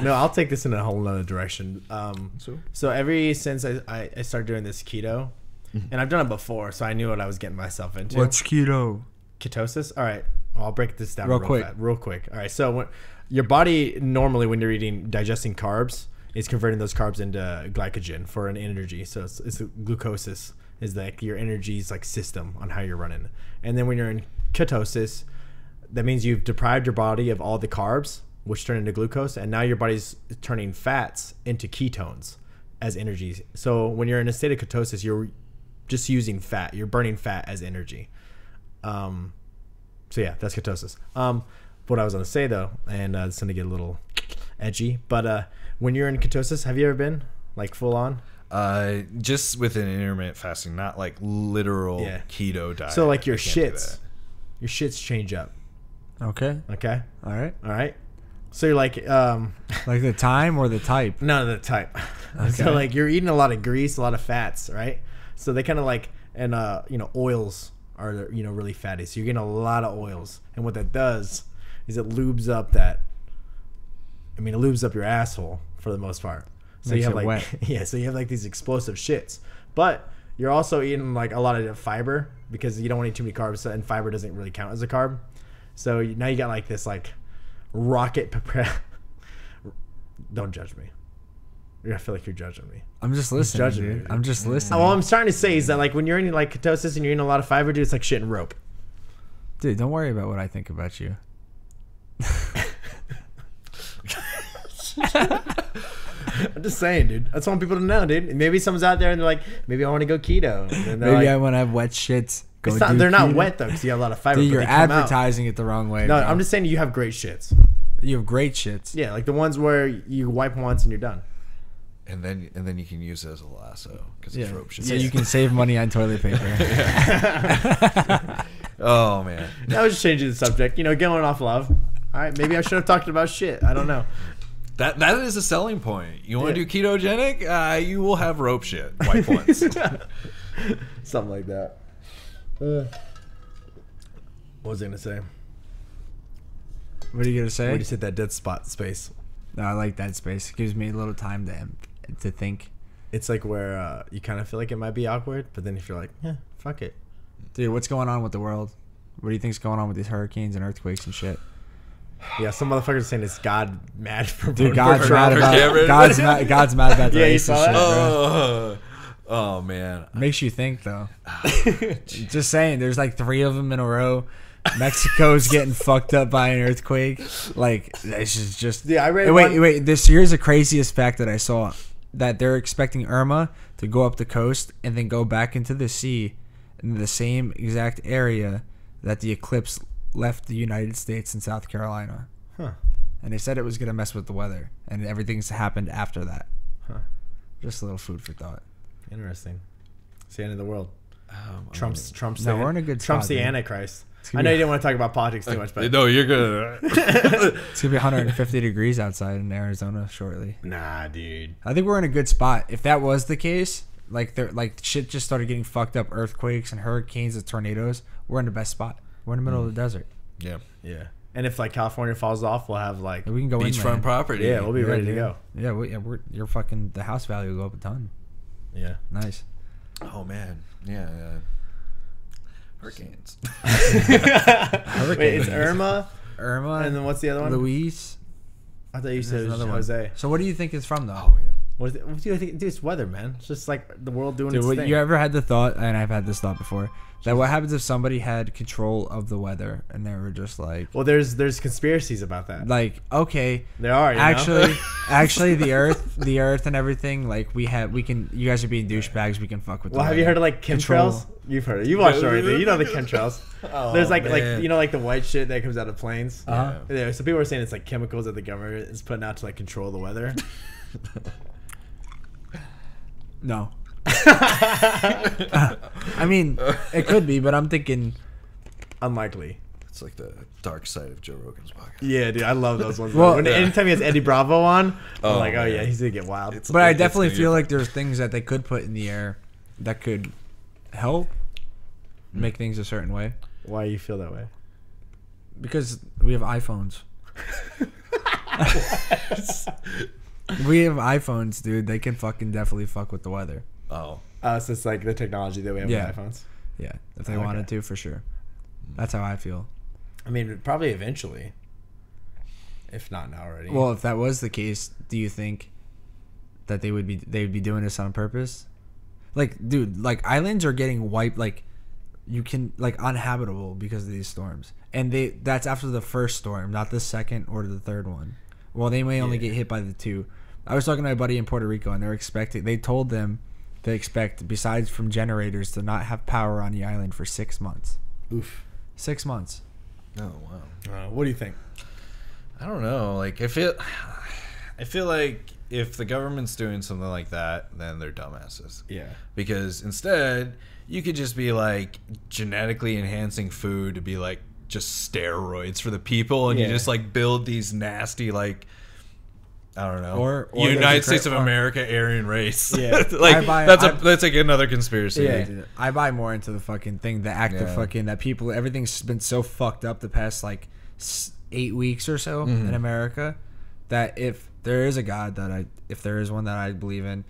Speaker 2: no, I'll take this in a whole nother direction. Um, so?
Speaker 3: So?
Speaker 2: every since I, I, I started doing this keto, and I've done it before, so I knew what I was getting myself into.
Speaker 1: Mm-hmm. what's keto?
Speaker 2: ketosis? All right, I'll break this down
Speaker 1: Real
Speaker 2: real,
Speaker 1: quick.
Speaker 2: quick. real quick. All right, so when, your body normally when you're eating digesting carbs is converting those carbs into glycogen for an energy. So it's, it's glucosis is like your energy's like system on how you're running, and then when you're in ketosis, that means you've deprived your body of all the carbs, which turn into glucose, and now your body's turning fats into ketones as energy. So when you're in a state of ketosis, you're just using fat. You're burning fat as energy. Um, so yeah, that's ketosis. Um, what I was gonna say though, and uh, it's gonna get a little edgy, but uh, when you're in ketosis, have you ever been like full on?
Speaker 3: Uh, just with an intermittent fasting, not like literal
Speaker 2: Yeah.
Speaker 3: keto diet.
Speaker 2: So like your
Speaker 3: I can't do
Speaker 2: shits, your shits change up.
Speaker 1: Okay,
Speaker 2: Okay,
Speaker 1: all right.
Speaker 2: all right. So you're like um,
Speaker 1: Like the time or the type.
Speaker 2: none of the type.
Speaker 1: Okay.
Speaker 2: so like you're eating a lot of grease, a lot of fats, right? So they kind of like and uh, you know oils are you know really fatty. So you're getting a lot of oils, and what that does is it lubes up that. I mean, it lubes up your asshole for the most part. So
Speaker 1: Makes
Speaker 2: you have
Speaker 1: it
Speaker 2: like
Speaker 1: wet.
Speaker 2: yeah, so you have like these explosive shits, but you're also eating like a lot of fiber because you don't want to eat too many carbs, so- and fiber doesn't really count as a carb. So you, now you got like this like rocket prepare. don't judge me. I feel like you're judging me.
Speaker 1: I'm just listening,
Speaker 2: judging me,
Speaker 1: dude.
Speaker 2: dude.
Speaker 1: I'm just listening,
Speaker 2: Well, what I'm starting to say is that like when you're in like ketosis and you're eating a lot of fiber, dude, it's like shit and rope.
Speaker 1: dude. Don't worry about what I think about you.
Speaker 2: I'm just saying, dude. I just want people to know, dude. Maybe someone's out there and they're like, maybe I want to go keto. And they're
Speaker 1: Maybe
Speaker 2: like,
Speaker 1: I want to have wet shits. Go
Speaker 2: it's not,
Speaker 1: do
Speaker 2: they're not
Speaker 1: keto.
Speaker 2: wet though because you have a lot of fiber.
Speaker 1: Dude,
Speaker 2: but
Speaker 1: you're
Speaker 2: they come out.
Speaker 1: advertising it the wrong way.
Speaker 2: No,
Speaker 1: bro.
Speaker 2: I'm just saying you have great shits.
Speaker 1: You have great shits.
Speaker 2: Yeah, like the ones where you wipe once and you're done.
Speaker 3: It. And then and then you can use it as a lasso because
Speaker 1: Yeah.
Speaker 3: it's rope shit.
Speaker 1: So you can save money on toilet paper.
Speaker 3: Oh man.
Speaker 2: That was just changing the subject. You know, going off love. All right, maybe I should have talked about shit. I don't know.
Speaker 3: That that is a selling point. You want to
Speaker 2: Yeah.
Speaker 3: do ketogenic? Uh, you will have rope shit. Wipe once.
Speaker 2: Something like that. Uh, what was I gonna say?
Speaker 1: what are you gonna say?
Speaker 2: We just hit that dead spot space.
Speaker 1: No, I like that space. It gives me a little time to em- to think.
Speaker 2: It's like where uh, you kind of feel like it might be awkward, but then if you're like, yeah, fuck it.
Speaker 1: Dude, what's going on with the world? What do you think's going on with these hurricanes and earthquakes and shit?
Speaker 2: Yeah, some motherfuckers saying it's God mad for
Speaker 1: Dude,
Speaker 2: voting
Speaker 1: God's
Speaker 2: for
Speaker 1: mad
Speaker 2: Trump.
Speaker 3: for
Speaker 1: about
Speaker 3: Cameron.
Speaker 1: God's mad, God's mad about the
Speaker 2: Yeah, you
Speaker 1: race and
Speaker 2: saw
Speaker 1: shit.
Speaker 2: that?
Speaker 1: bro.
Speaker 3: oh, oh man.
Speaker 1: Makes you think though. Just saying, there's like three of them in a row. Mexico's getting fucked up by an earthquake. Like this is just.
Speaker 2: Yeah, I read
Speaker 1: Hey, Wait,
Speaker 2: one-
Speaker 1: wait. This here's the craziest fact that I saw that they're expecting Irma to go up the coast and then go back into the sea in the same exact area that the eclipse left the United States and South Carolina.
Speaker 2: Huh.
Speaker 1: And they said it was gonna mess with the weather, and everything's happened after that.
Speaker 2: Huh.
Speaker 1: Just a little food for thought.
Speaker 2: Interesting. It's the end of the world.
Speaker 3: Um,
Speaker 2: Trump's Trump's
Speaker 1: No,
Speaker 2: the,
Speaker 1: we're in a good
Speaker 2: Trump's
Speaker 1: spot,
Speaker 2: the
Speaker 1: man.
Speaker 2: Antichrist.
Speaker 1: gonna
Speaker 2: I know
Speaker 1: be-
Speaker 2: you didn't want to talk about politics too much, but
Speaker 3: no, you're gonna.
Speaker 1: It's gonna be 150 degrees outside in Arizona shortly.
Speaker 2: nah, dude.
Speaker 1: I think we're in a good spot. If that was the case, like there, like shit just started getting fucked up, earthquakes and hurricanes and tornadoes. We're in the best spot. We're in the middle of the desert.
Speaker 3: yeah.
Speaker 2: Yeah. And if like California falls off, we'll have like
Speaker 1: And we can go
Speaker 3: Beachfront
Speaker 1: inland.
Speaker 3: property.
Speaker 2: yeah, we'll be ready to
Speaker 1: dude.
Speaker 2: go.
Speaker 1: Yeah, we, yeah, we're you're fucking the house value will go up a ton.
Speaker 2: Yeah.
Speaker 1: Nice.
Speaker 3: Oh man. Yeah. yeah. Hurricanes.
Speaker 2: Wait, it's Irma,
Speaker 1: Irma
Speaker 2: and then what's the other one?
Speaker 1: Luis.
Speaker 2: I thought you
Speaker 1: There's
Speaker 2: said it was
Speaker 1: another one.
Speaker 2: Jose.
Speaker 1: So what do you think it's from though?
Speaker 3: oh yeah.
Speaker 2: What, is it, what do you think? Dude, it's weather, man. It's just like the world doing
Speaker 1: Dude,
Speaker 2: its
Speaker 1: what,
Speaker 2: thing.
Speaker 1: you ever had the thought, and I've had this thought before, that what happens if somebody had control of the weather and they were just like,
Speaker 2: well, there's there's conspiracies about that.
Speaker 1: like, okay,
Speaker 2: There are you know?
Speaker 1: actually actually the earth the earth and everything like we have we can you guys are being douchebags we can fuck with the
Speaker 2: Well, have you
Speaker 1: weather.
Speaker 2: heard of like
Speaker 1: Control.
Speaker 2: chemtrails? You've heard it. You watched
Speaker 3: No.
Speaker 2: everything. You know the chemtrails.
Speaker 3: Oh,
Speaker 2: There's like
Speaker 3: man.
Speaker 2: like you know like the white shit that comes out of planes.
Speaker 1: Uh-huh.
Speaker 2: Yeah, so people are saying it's like chemicals that the government is putting out to like control the weather.
Speaker 1: no i mean it could be but i'm thinking
Speaker 2: Unlikely.
Speaker 3: It's like the dark side of Joe Rogan's podcast.
Speaker 2: Yeah, dude, I love those ones.
Speaker 1: Well-
Speaker 2: when, anytime he has Eddie Bravo on,
Speaker 3: Oh,
Speaker 2: I'm like, oh
Speaker 3: man.
Speaker 2: yeah, he's gonna get wild.
Speaker 3: It's-
Speaker 1: But I
Speaker 3: it's
Speaker 1: definitely
Speaker 3: gonna
Speaker 1: feel
Speaker 3: get-
Speaker 1: like there's things that they could put in the air that could help make things a certain way
Speaker 2: Why you feel that way?
Speaker 1: because we have iPhones. we have iPhones, dude. They can fucking definitely fuck with the weather.
Speaker 3: Oh,
Speaker 2: Uh, so it's like the technology that we have
Speaker 1: Yeah.
Speaker 2: with iPhones.
Speaker 1: Yeah, if they
Speaker 2: Okay.
Speaker 1: wanted to, for sure. That's how I feel.
Speaker 2: I mean, probably eventually, if not now already.
Speaker 1: Well, if that was the case, do you think that they would be they would be doing this on purpose? Like, dude, like islands are getting wiped. Like, you can like uninhabitable because of these storms, and they that's after the first storm, not the second or the third one. Well, they may only
Speaker 2: Yeah.
Speaker 1: get hit by the two. I was talking to my buddy in Puerto Rico, and they're expecting. They told them they expect besides from generators to not have power on the island for six months.
Speaker 2: oof.
Speaker 1: Six months.
Speaker 3: oh wow.
Speaker 2: Uh, what do you think?
Speaker 3: I don't know. Like I feel, I feel like if the government's doing something like that, then they're dumbasses.
Speaker 2: Yeah.
Speaker 3: Because instead, you could just be like genetically enhancing food to be like just steroids for the people, and you
Speaker 2: Yeah.
Speaker 3: just like build these nasty like. I don't know.
Speaker 1: Or- or
Speaker 3: United
Speaker 1: there's a
Speaker 3: States of
Speaker 1: great- or-
Speaker 3: America Aryan race.
Speaker 2: Yeah.
Speaker 1: I
Speaker 3: like
Speaker 1: buy-
Speaker 3: that's a
Speaker 1: I-
Speaker 3: that's like another conspiracy.
Speaker 2: Yeah.
Speaker 1: Dude, I buy more into the fucking thing, the act of
Speaker 3: Yeah.
Speaker 1: fucking that people. Everything's been so fucked up the past like s- eight weeks or so
Speaker 2: Mm-hmm.
Speaker 1: in America that if there is a God that I, if there is one that I believe in,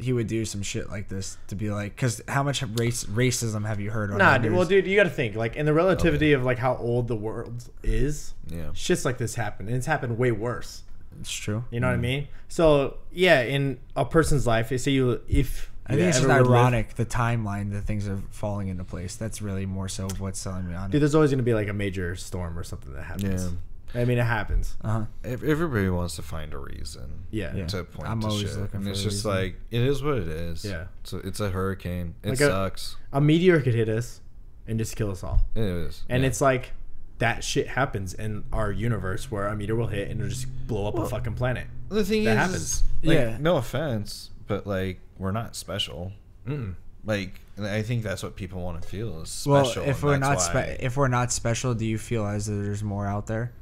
Speaker 1: he would do some shit like this to be like, because how much race racism have you heard on?
Speaker 2: Nah,
Speaker 1: the
Speaker 2: dude,
Speaker 1: news?
Speaker 2: well, dude, you got to think like in the relativity of like how old the world is.
Speaker 3: Yeah.
Speaker 2: Shit's like this happened, and it's happened way worse.
Speaker 1: it's true.
Speaker 2: You know what I mean? So yeah, in a person's life, say you if
Speaker 1: I think it's just ironic the timeline that things are falling into place. That's really more so of what's selling me on it.
Speaker 2: dude, there's always gonna be like a major storm or something that happens. I mean, it happens.
Speaker 1: Uh huh.
Speaker 3: Ev- Everybody wants to find a reason.
Speaker 2: Yeah. Yeah.
Speaker 3: To point
Speaker 1: I'm
Speaker 3: to
Speaker 1: always
Speaker 3: shit.
Speaker 1: looking
Speaker 3: and
Speaker 1: for
Speaker 3: it's
Speaker 1: a
Speaker 3: just
Speaker 1: reason.
Speaker 3: like it is what it is.
Speaker 2: Yeah.
Speaker 3: So it's a hurricane. It
Speaker 2: Like a-
Speaker 3: sucks.
Speaker 2: A meteor could hit us and just kill us all.
Speaker 3: it is.
Speaker 2: And
Speaker 3: Yeah.
Speaker 2: it's like that shit happens in our universe where a meteor will hit and it'll just blow up a fucking planet.
Speaker 3: the thing
Speaker 2: that
Speaker 3: is,
Speaker 2: happens.
Speaker 3: is, like,
Speaker 1: Yeah.
Speaker 3: No offense, but like we're not special.
Speaker 2: Mm.
Speaker 3: Like and I think that's what people want to feel is
Speaker 1: Well,
Speaker 3: special.
Speaker 1: if
Speaker 3: and
Speaker 1: we're not
Speaker 3: that's
Speaker 1: spe-
Speaker 3: why-
Speaker 1: if we're not special, do you feel as though there's more out there?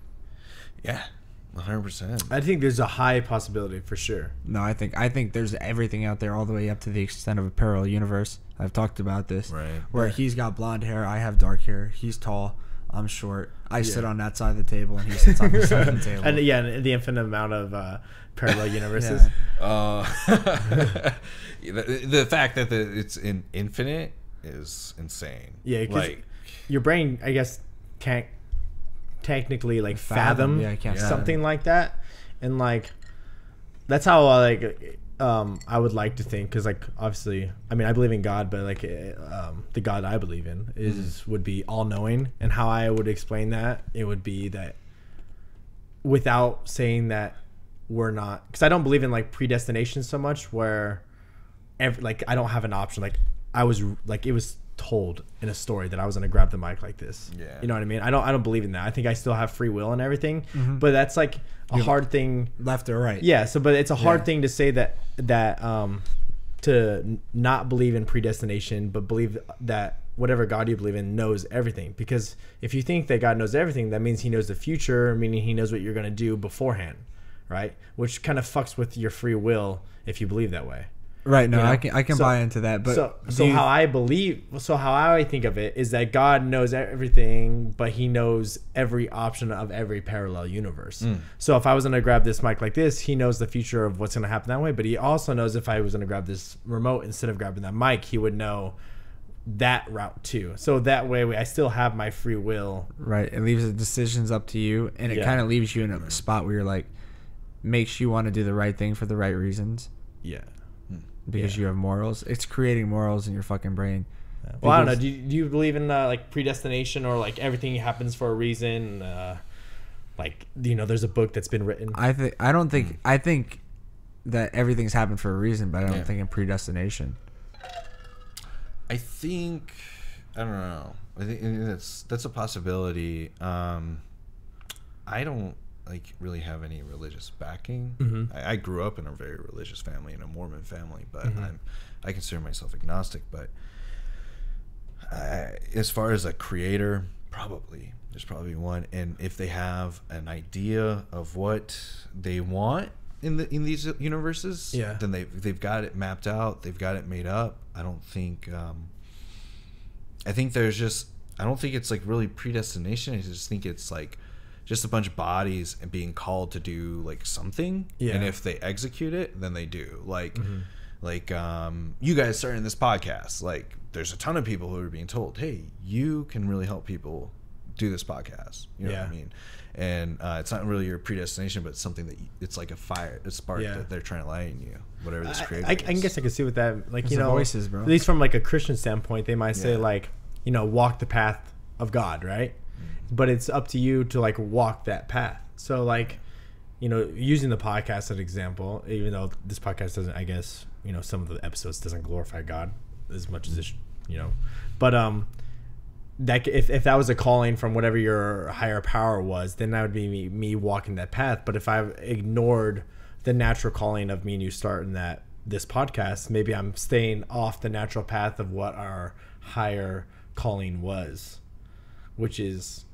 Speaker 3: yeah, one hundred percent.
Speaker 2: I think there's a high possibility for sure.
Speaker 1: No, I think I think there's everything out there, all the way up to the extent of a parallel universe. I've talked about this,
Speaker 3: Right.
Speaker 1: Where he's got blonde hair, I have dark hair. He's tall, I'm short. I sit on that side of the table, and he sits on this side of the table.
Speaker 2: And yeah, and the infinite amount of uh, parallel universes.
Speaker 3: Uh, the, the fact that the, it's in infinite is insane.
Speaker 2: Yeah, 'cause
Speaker 3: like
Speaker 2: your brain, I guess, can't technically like
Speaker 1: Fathom,
Speaker 2: fathom,
Speaker 1: yeah, I can't
Speaker 3: fathom.
Speaker 2: something like that, and like that's how uh, like um, I would like to think because like obviously, I mean, I believe in God, but like uh, um, the God I believe in is
Speaker 1: Mm-hmm.
Speaker 2: would be all knowing, and how I would explain that it would be that without saying that we're not because I don't believe in like predestination so much where every like I don't have an option like I was like it was told in a story that I was gonna grab the mic like this
Speaker 3: Yeah.
Speaker 2: you know what I mean I don't I don't believe in that I think I still have free will and everything but that's like a hard thing
Speaker 1: left or right?
Speaker 2: yeah so but it's a hard
Speaker 1: Yeah.
Speaker 2: thing to say that that um to n- not believe in predestination but believe that whatever god you believe in knows everything because if you think that god knows everything that means he knows the future meaning he knows what you're going to do beforehand right which kind of fucks with your free will if you believe that way
Speaker 1: right. No,
Speaker 2: You know?
Speaker 1: I can I can
Speaker 2: So-
Speaker 1: buy into that, but
Speaker 2: so
Speaker 1: do
Speaker 2: so
Speaker 1: you-
Speaker 2: how I believe so how I think of it is that God knows everything, but He knows every option of every parallel universe.
Speaker 1: Mm.
Speaker 2: So if I was gonna grab this mic like this, He knows the future of what's gonna happen that way. But He also knows if I was gonna grab this remote instead of grabbing that mic, He would know that route too. So that way, I still have my free will.
Speaker 1: right? It leaves the decisions up to you, and it
Speaker 2: Yeah.
Speaker 1: kind of leaves you in a spot where you're like, makes you want to do the right thing for the right reasons
Speaker 2: Yeah.
Speaker 1: because you have morals. It's creating morals in your fucking brain.
Speaker 2: Well, I don't know.
Speaker 1: Because-
Speaker 2: Do you, do you believe in uh, like predestination or like everything happens for a reason? Uh, like you know, there's a book that's been written.
Speaker 1: I think I don't
Speaker 3: Hmm.
Speaker 1: think I think that everything's happened for a reason, but I don't
Speaker 3: Yeah.
Speaker 1: think in predestination.
Speaker 3: I think I don't know. I think that's that's a possibility. Um, I don't like really have any religious backing. I, I grew up in a very religious family in a Mormon family, but I'm I consider myself agnostic. But I, as far as a creator, Probably. There's probably one. And if they have an idea of what they want in the in these universes,
Speaker 2: Yeah.
Speaker 3: then they they've got it mapped out. They've got it made up. I don't think. Um, I think there's just. I don't think it's like really predestination. I just think it's like just a bunch of bodies and being called to do like something.
Speaker 2: Yeah. Mm-hmm.
Speaker 3: And if they execute it, then they do. Like like um, you guys starting this podcast like there's a ton of people who are being told hey you can really help people do this podcast you know what
Speaker 2: Yeah.
Speaker 3: i mean and uh, it's not really your predestination but it's something that you, it's like a fire a spark
Speaker 2: Yeah.
Speaker 3: that they're trying to light in you whatever this
Speaker 2: I,
Speaker 3: creator
Speaker 2: I, I
Speaker 3: is.
Speaker 2: guess I can see what that like
Speaker 1: It's
Speaker 2: you
Speaker 1: the
Speaker 2: know
Speaker 1: voices, bro.
Speaker 2: At least from like a Christian standpoint, they might say
Speaker 3: Yeah.
Speaker 2: like you know walk the path of God, right?
Speaker 1: Mm.
Speaker 2: But it's up to you to like walk that path. So like you know using the podcast as an example, even though this podcast doesn't, I guess you know some of the episodes doesn't glorify God as much as it, sh- you know, but um. That c- if, if that was a calling from whatever your higher power was, then that would be me, me walking that path. But if I've ignored the natural calling of me and you starting that this podcast, maybe I'm staying off the natural path of what our higher calling was, which is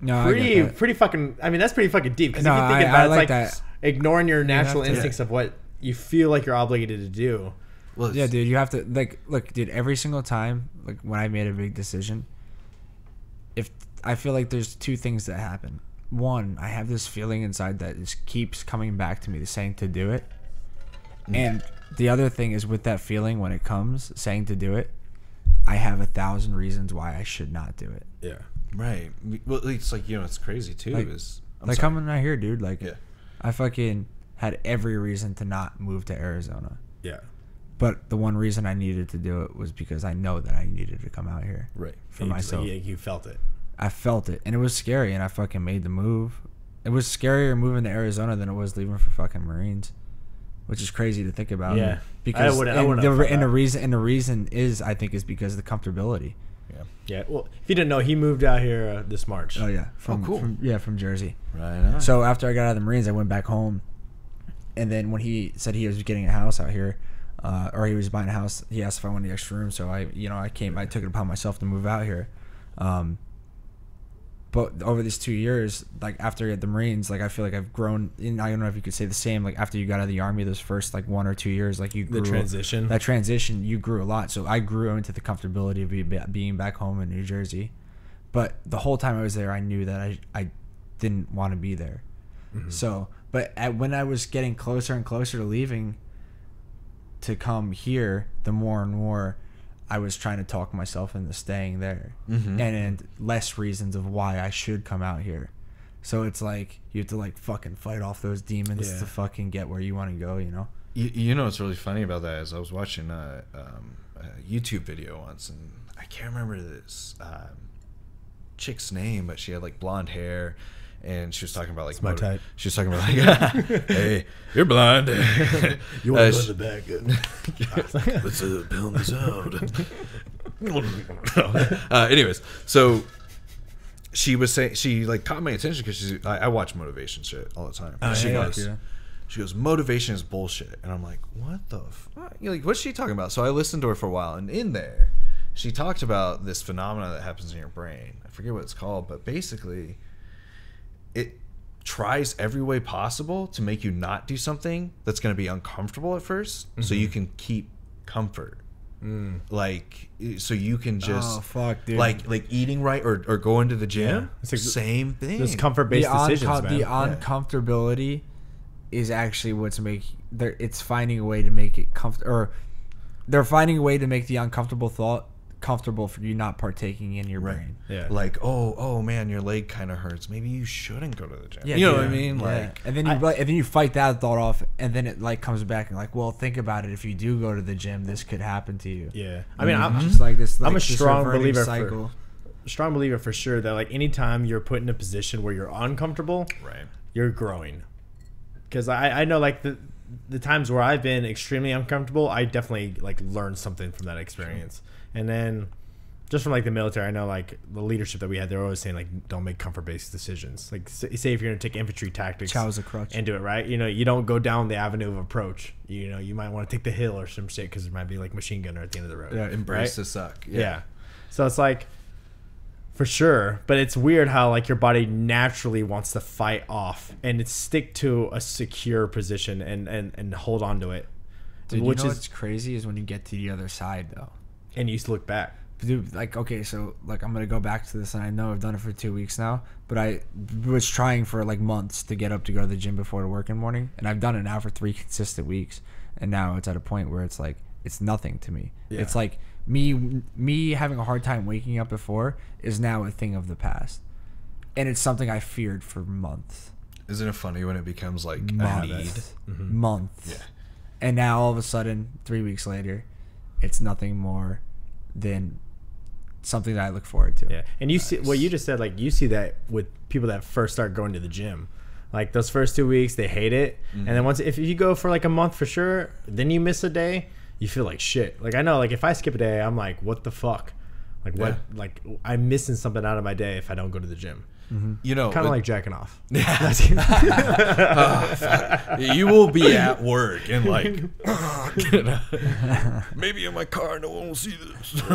Speaker 1: No, I get
Speaker 2: pretty
Speaker 1: that.
Speaker 2: pretty fucking. I mean, that's pretty fucking deep. Because
Speaker 1: No,
Speaker 2: if you
Speaker 1: I-
Speaker 2: think about
Speaker 1: I
Speaker 2: it, it's like
Speaker 1: like that.
Speaker 2: ignoring your natural
Speaker 1: to-
Speaker 2: instincts of what you feel like you're obligated to do.
Speaker 3: well, it's-
Speaker 1: Yeah, dude, you have to like look, dude. Every single time, like when I made a big decision, if I feel like there's two things that happen. One, I have this feeling inside that just keeps coming back to me, saying to do it.
Speaker 3: Hmm.
Speaker 1: And the other thing is with that feeling when it comes, saying to do it, I have a thousand reasons why I should not do it.
Speaker 2: Yeah.
Speaker 3: right well it's like you know it's crazy too
Speaker 1: Like-
Speaker 3: is I'm
Speaker 1: like
Speaker 3: sorry.
Speaker 1: coming right here, dude. Like,
Speaker 3: Yeah.
Speaker 1: I fucking had every reason to not move to Arizona.
Speaker 2: Yeah.
Speaker 1: But the one reason I needed to do it was because I know that I needed to come out here
Speaker 3: right
Speaker 1: for
Speaker 2: You-
Speaker 1: myself.
Speaker 2: you, you felt it.
Speaker 1: I felt it, and it was scary, and I fucking made the move. It was scarier moving to Arizona than it was leaving for fucking Marines, which is crazy to think about.
Speaker 2: Yeah.
Speaker 1: because
Speaker 2: I wouldn't- I
Speaker 1: and,
Speaker 2: wouldn't
Speaker 1: the,
Speaker 2: have thought
Speaker 1: and the
Speaker 2: that.
Speaker 1: reason and the reason is I think is because of the comfortability.
Speaker 3: yeah
Speaker 2: Yeah. Well, if you didn't know, he moved out here uh, this March.
Speaker 1: Oh yeah, from,
Speaker 3: cool.
Speaker 1: from yeah from Jersey.
Speaker 3: right on.
Speaker 1: So after I got out of the Marines, I went back home, and then when he said he was getting a house out here, uh, or he was buying a house, he asked if I wanted the extra room. So I, you know, I came, I took it upon myself to move out here. Um, but over these two years, like after I got the Marines, like I feel like I've grown. And I don't know if you could say the same. Like after you got out of the army, those first like one or two years, like you
Speaker 2: The
Speaker 1: grew
Speaker 2: transition.
Speaker 1: that transition, you grew a lot. So I grew into the comfortability of be- being back home in New Jersey. But the whole time I was there, I knew that I, I didn't want to be there.
Speaker 3: Mm-hmm.
Speaker 1: So, but at, when I was getting closer and closer to leaving to come here, the more and more I was trying to talk myself into staying there
Speaker 3: Mm-hmm.
Speaker 1: and, and less reasons of why I should come out here. So it's like you have to like fucking fight off those demons
Speaker 2: Yeah.
Speaker 1: to fucking get where you want to go, you know?
Speaker 3: You, you know what's really funny about that is I was watching a, um, a YouTube video once, and I can't remember this um, chick's name, but she had like blonde hair, and she was talking about like
Speaker 2: my
Speaker 3: motiv-
Speaker 2: type.
Speaker 3: She was talking about like, hey, you're blonde.
Speaker 2: You
Speaker 3: Uh,
Speaker 2: want to go
Speaker 3: she-
Speaker 2: in the back? uh,
Speaker 3: Let's uh, pound this out. uh, anyways, so she was saying she like caught my attention because she I, I watch motivation shit all the time. she
Speaker 2: yeah,
Speaker 3: goes,
Speaker 1: yeah.
Speaker 3: she goes, motivation is bullshit, and I'm like, what the fuck? You're like, what's she talking about? So I listened to her for a while, and in there, she talked about this phenomena that happens in your brain. I forget what it's called, but basically, it tries every way possible to make you not do something that's going to be uncomfortable at 1st so you can keep comfort like so you can just
Speaker 1: Oh, fuck, dude.
Speaker 3: like like eating right or, or going to the gym
Speaker 2: Yeah. It's like-
Speaker 3: same thing
Speaker 2: Those comfort based
Speaker 1: the
Speaker 2: decisions,
Speaker 1: uncom-
Speaker 2: man.
Speaker 1: The uncomfortability is actually what's making. They're, it's finding a way to make it comfortable, or they're finding a way to make the uncomfortable thought comfortable for you not partaking in your
Speaker 3: Right.
Speaker 1: brain.
Speaker 2: yeah.
Speaker 3: like oh oh man your leg kind of hurts maybe you shouldn't go to the gym
Speaker 1: Yeah,
Speaker 3: you know
Speaker 1: dude.
Speaker 3: what i mean
Speaker 1: Yeah.
Speaker 3: like
Speaker 1: and then you like, and then you fight that thought off, and then it like comes back and like, well, think about it. If you do go to the gym, this could happen to you.
Speaker 2: yeah. I mean,
Speaker 1: And
Speaker 2: I'm
Speaker 1: it's just like this. Like,
Speaker 2: I'm a
Speaker 1: this
Speaker 2: strong
Speaker 1: reverting
Speaker 2: believer for-
Speaker 1: Cycle.
Speaker 2: a strong believer for sure that like anytime you're put in a position where you're uncomfortable,
Speaker 3: right
Speaker 2: you're growing. Because I, I know like the the times where I've been extremely uncomfortable, I definitely like learned something from that experience. And then just from like the military, I know like the leadership that we had, they're always saying like don't make comfort based decisions. Like s- say if you're gonna take infantry tactics,
Speaker 1: Chow's a crutch.
Speaker 2: and do it right. You know, you don't go down the avenue of approach. You know, you might want to take the hill or some shit because there might be like machine gunner at the end of the road.
Speaker 1: Yeah,
Speaker 3: embrace
Speaker 2: right?
Speaker 3: the suck
Speaker 2: Yeah. So it's like for sure. But it's weird how like your body naturally wants to fight off and it's stick to a secure position and and and hold on to it.
Speaker 1: Dude,
Speaker 2: which
Speaker 1: you know
Speaker 2: is
Speaker 1: what's crazy is when you get to the other side though.
Speaker 2: and you just look back.
Speaker 1: Dude, like okay, so like I'm gonna go back to this, and I know I've done it for two weeks now, but I was trying for like months to get up to go to the gym before to work in the morning, and I've done it now for three consistent weeks, and now it's at a point where it's like it's nothing to me. It's like me me having a hard time waking up before is now a thing of the past, and it's something I feared for months,
Speaker 3: Isn't it funny when it becomes like a need?
Speaker 1: months,
Speaker 2: Mm-hmm.
Speaker 1: months, and now all of a sudden, three weeks later, it's nothing more than something that I look forward to.
Speaker 2: Yeah, and you see what you just said. Like you see that with people that first start going to the gym, like those first two weeks they hate it, and then once if you go for like a month for sure, then you miss a day, you feel like shit. Like I know, like if I skip a day, I'm like, what the fuck? Like what? Like I'm missing something out of my day if I don't go to the gym.
Speaker 3: You know,
Speaker 2: Kind of
Speaker 3: it-
Speaker 2: like jacking off.
Speaker 3: you will be at work and like maybe in my car no one will see this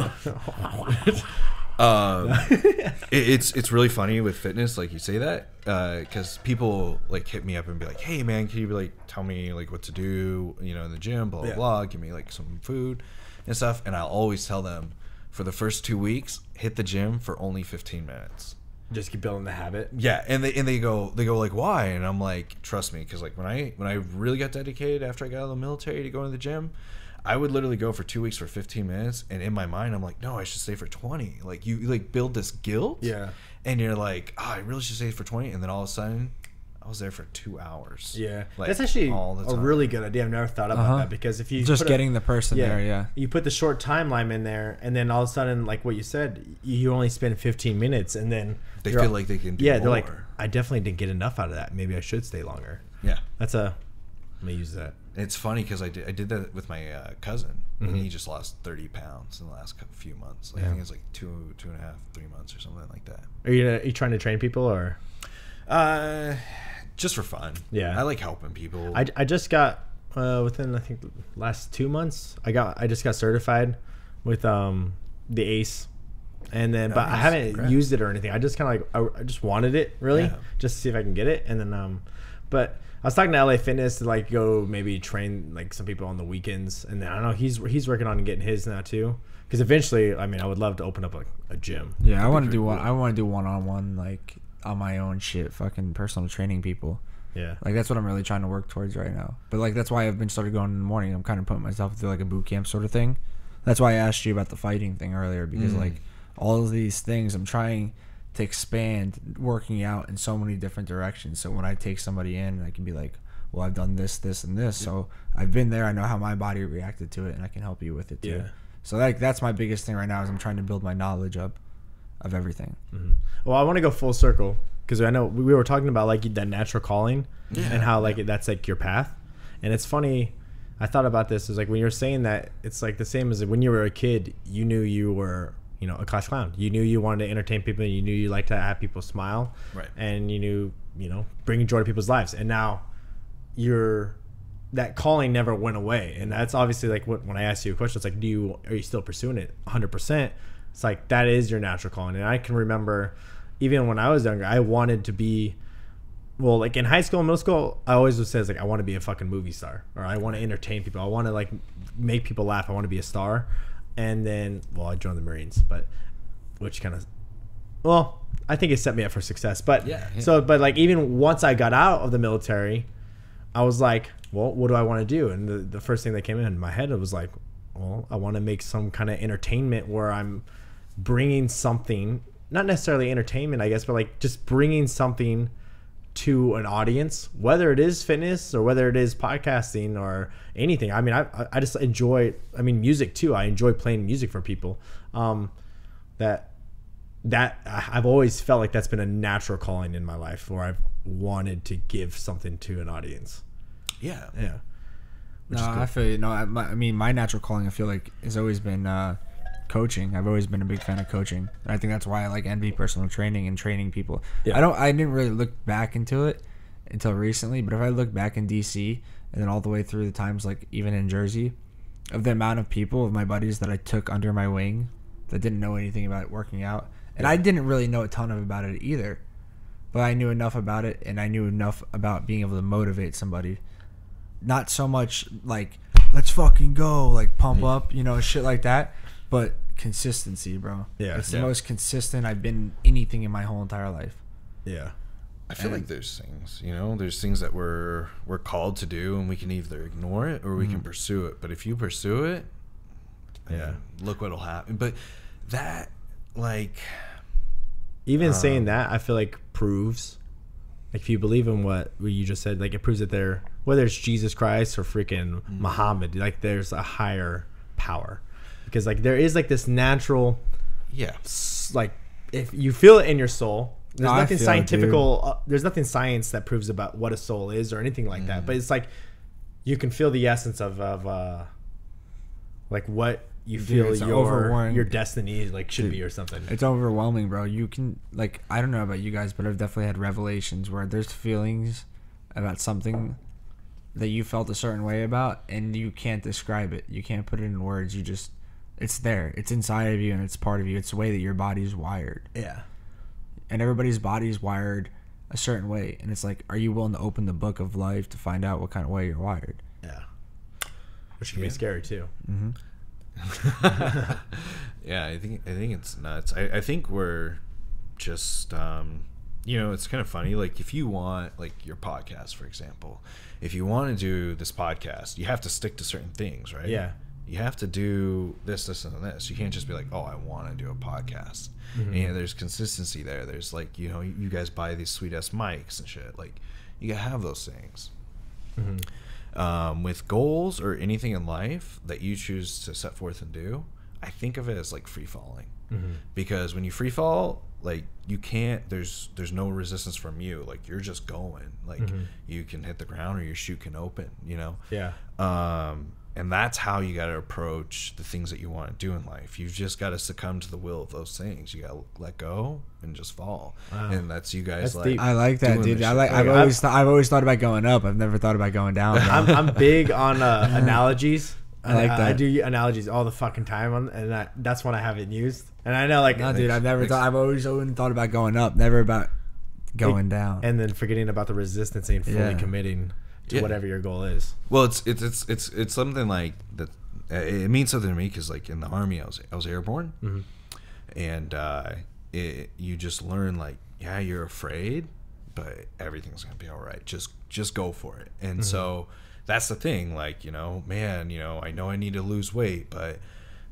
Speaker 3: um, it- it's it's really funny with fitness like you say that because people like hit me up and be like hey man can you like tell me like what to do you know in the gym blah blah
Speaker 2: Yeah.
Speaker 3: blah give me like some food and stuff and i'll always tell them for the first two weeks hit the gym for only 15 minutes
Speaker 2: Just keep building the habit.
Speaker 3: yeah, and they and they go they go like why? And I'm like, trust me, because like when I when I really got dedicated after I got out of the military to going to the gym, I would literally go for two weeks for 15 minutes, and in my mind I'm like, no, I should stay for 20. Like you like build this guilt,
Speaker 2: Yeah.
Speaker 3: and you're like, oh, I really should stay for 20, and then all of a sudden. I was there for two hours.
Speaker 2: Yeah,
Speaker 3: Like,
Speaker 2: that's actually
Speaker 3: all the
Speaker 2: a
Speaker 3: time.
Speaker 2: really good idea. I've never thought about
Speaker 1: Uh-huh.
Speaker 2: that because if you
Speaker 1: just
Speaker 2: put a-
Speaker 1: getting the person there, yeah.
Speaker 2: You put the short timeline in there, and then all of a sudden, like what you said, you only spend 15 minutes, and then
Speaker 3: They
Speaker 2: you're
Speaker 3: feel
Speaker 2: all-
Speaker 3: like they can do
Speaker 2: yeah, they're like,
Speaker 3: more.
Speaker 2: I definitely didn't get enough out of that. Maybe I should stay longer.
Speaker 3: yeah.
Speaker 2: That's a. I'm gonna use that.
Speaker 3: It's funny because I did, I did that with my uh, cousin, and he just lost thirty pounds in the last cou- few months. Like, I think it's like two, two and a half, three months or something like that.
Speaker 2: Are you, uh, are you trying to train people or?
Speaker 3: Uh, just for fun.
Speaker 2: Yeah.
Speaker 3: I like helping people.
Speaker 2: I, I just got uh, within I think last two months. I got I just got certified with um the ACE, and then but I
Speaker 3: Nice.
Speaker 2: haven't
Speaker 3: Congrats.
Speaker 2: used it or anything. I just kind of like I, I just wanted it really
Speaker 3: Yeah.
Speaker 2: just to see if I can get it, and then um but. I was talking to LA Fitness to like go maybe train like some people on the weekends, and then I don't know he's he's working on getting his now too. Because eventually, I mean, I would love to open up a, a gym.
Speaker 1: Yeah, I want to do one. I want to do one on one, like on my own shit, fucking personal training people.
Speaker 2: Yeah,
Speaker 1: Like that's what I'm really trying to work towards right now. But like that's why I've been started going in the morning. I'm kind of putting myself through like a boot camp sort of thing. That's why I asked you about the fighting thing earlier because
Speaker 2: Mm.
Speaker 1: like all of these things I'm trying to expand working out in so many different directions. So when I take somebody in, I can be like, well, I've done this, this, and this. So I've been there. I know how my body reacted to it, and I can help you with it too.
Speaker 2: Yeah.
Speaker 1: So like that's my biggest thing right now is I'm trying to build my knowledge up of everything.
Speaker 2: Well, I want to go full circle because I know we we were talking about like that natural calling and how like that's like your path. And it's funny, I thought about this is like when you're saying that it's like the same as when you were a kid, you knew you were you know a class clown. You knew you wanted to entertain people. You knew you liked to have people smile,
Speaker 3: Right.
Speaker 2: And you knew you know bringing joy to people's lives. And now you're that calling never went away and that's obviously like what, when i asked you a question it's like do you are you still pursuing it 100% it's like that is your natural calling and i can remember even when i was younger i wanted to be well like in high school and middle school i always was says like i want to be a fucking movie star or i want to entertain people i want to like make people laugh i want to be a star and then well i joined the marines but which kind of well i think it set me up for success but
Speaker 3: Yeah, yeah.
Speaker 2: so but like even once i got out of the military I was like, well, what do I want to do? And the, the first thing that came in my head was like, well, I want to make some kind of entertainment where I'm bringing something, not necessarily entertainment, I guess, but like just bringing something to an audience, whether it is fitness or whether it is podcasting or anything. I mean, I, I- I just enjoy, I mean, music too. I enjoy playing music for people. Um, that that I- I've always felt like that's been a natural calling in my life, where I've wanted to give something to an audience.
Speaker 3: yeah.
Speaker 2: Yeah,
Speaker 1: no, I feel you. No, I, my, I mean my natural calling. I feel like has always been uh, coaching. I've always been a big fan of coaching. And I think that's why I like envy personal training and training people.
Speaker 2: Yeah.
Speaker 1: I don't. I didn't really look back into it until recently. But if I look back in DC and then all the way through the times, like even in Jersey, of the amount of people of my buddies that I took under my wing that didn't know anything about working out And I didn't really know a ton of about it either. But I knew enough about it and I knew enough about being able to motivate somebody. Not so much like let's fucking go, like pump up, you know, shit like that, but consistency, bro.
Speaker 2: Yeah,
Speaker 1: It's
Speaker 2: yeah.
Speaker 1: the most consistent I've been anything in my whole entire life.
Speaker 2: Yeah.
Speaker 3: I feel like there's things, you know, there's things that we're we're called to do, and we can either ignore it or we can pursue it. But if you pursue it,
Speaker 2: Yeah.
Speaker 3: look what'll happen. But that, like,
Speaker 2: Even
Speaker 1: Um,
Speaker 2: saying that, I feel like proves, like if you believe in what you just said, like it proves that there, whether it's Jesus Christ or freaking
Speaker 1: Mm.
Speaker 2: Muhammad, like there's a higher power, because like there is like this natural,
Speaker 3: yeah,
Speaker 2: s- like if you feel it in your soul. There's
Speaker 1: No, I
Speaker 2: nothing
Speaker 1: feel it,
Speaker 2: scientific. Uh, there's nothing science that proves about what a soul is or anything like
Speaker 1: Mm.
Speaker 2: that. But it's like you can feel the essence of of uh, like what you feel
Speaker 1: it's
Speaker 2: your
Speaker 1: overwhelming.
Speaker 2: your destiny like should be or something.
Speaker 1: It's overwhelming, bro. You can like I don't know about you guys, but I've definitely had revelations where there's feelings about something that you felt a certain way about and you can't describe it. You can't put it in words. You just it's there. It's inside of you and it's part of you. It's the way that your body's wired.
Speaker 2: Yeah.
Speaker 1: And everybody's body's wired a certain way. And it's like, are you willing to open the book of life to find out what kind of way you're wired?
Speaker 2: Yeah. Which can be scary too.
Speaker 3: yeah. I think I think it's nuts. I, I think we're just, um, you know, it's kind of funny. Like, if you want, like, your podcast, for example, if you want to do this podcast, you have to stick to certain things, right?
Speaker 2: Yeah.
Speaker 3: you have to do this, this, and this. You can't just be like, oh, I want to do a podcast. And, you know, there's consistency there. There's like, you know, you guys buy these sweet ass mics and shit. Like, you gotta have those things. Um, with goals or anything in life that you choose to set forth and do, I think of it as like free falling, because when you free fall, like you can't. There's there's no resistance from you. Like you're just going. Like you can hit the ground or your shoe can open. You know
Speaker 2: Yeah.
Speaker 3: um, and that's how you got to approach the things that you want to do in life you've just got to succumb to the will of those things you got to let go and just fall and that's you guys
Speaker 2: That's
Speaker 3: like
Speaker 2: deep.
Speaker 1: I like that,
Speaker 3: doing
Speaker 1: dude.
Speaker 3: this
Speaker 1: I
Speaker 3: shit.
Speaker 1: like. I've
Speaker 2: Like,
Speaker 1: always, th- I've always thought about going up. I've never thought about going down. bro.
Speaker 2: I'm, I'm big on uh, analogies.
Speaker 1: I like
Speaker 2: I
Speaker 1: that.
Speaker 2: do analogies all the fucking time, on, and I, that's one I haven't used. And I know, like,
Speaker 1: No, dude, I've never
Speaker 3: Thanks.
Speaker 1: thought. I've always only thought about going up, never about going down.
Speaker 2: and then forgetting about the resistance and fully
Speaker 1: Yeah.
Speaker 2: committing to
Speaker 3: Yeah.
Speaker 2: whatever your goal is.
Speaker 3: well it's it's it's it's, it's something like that uh, it means something to me because like in the army i was i was airborne
Speaker 2: Mm-hmm.
Speaker 3: and uh it, you just learn like yeah you're afraid but everything's gonna be all right just just go for it and so
Speaker 2: Mm-hmm.
Speaker 3: that's the thing like you know man you know i know i need to lose weight but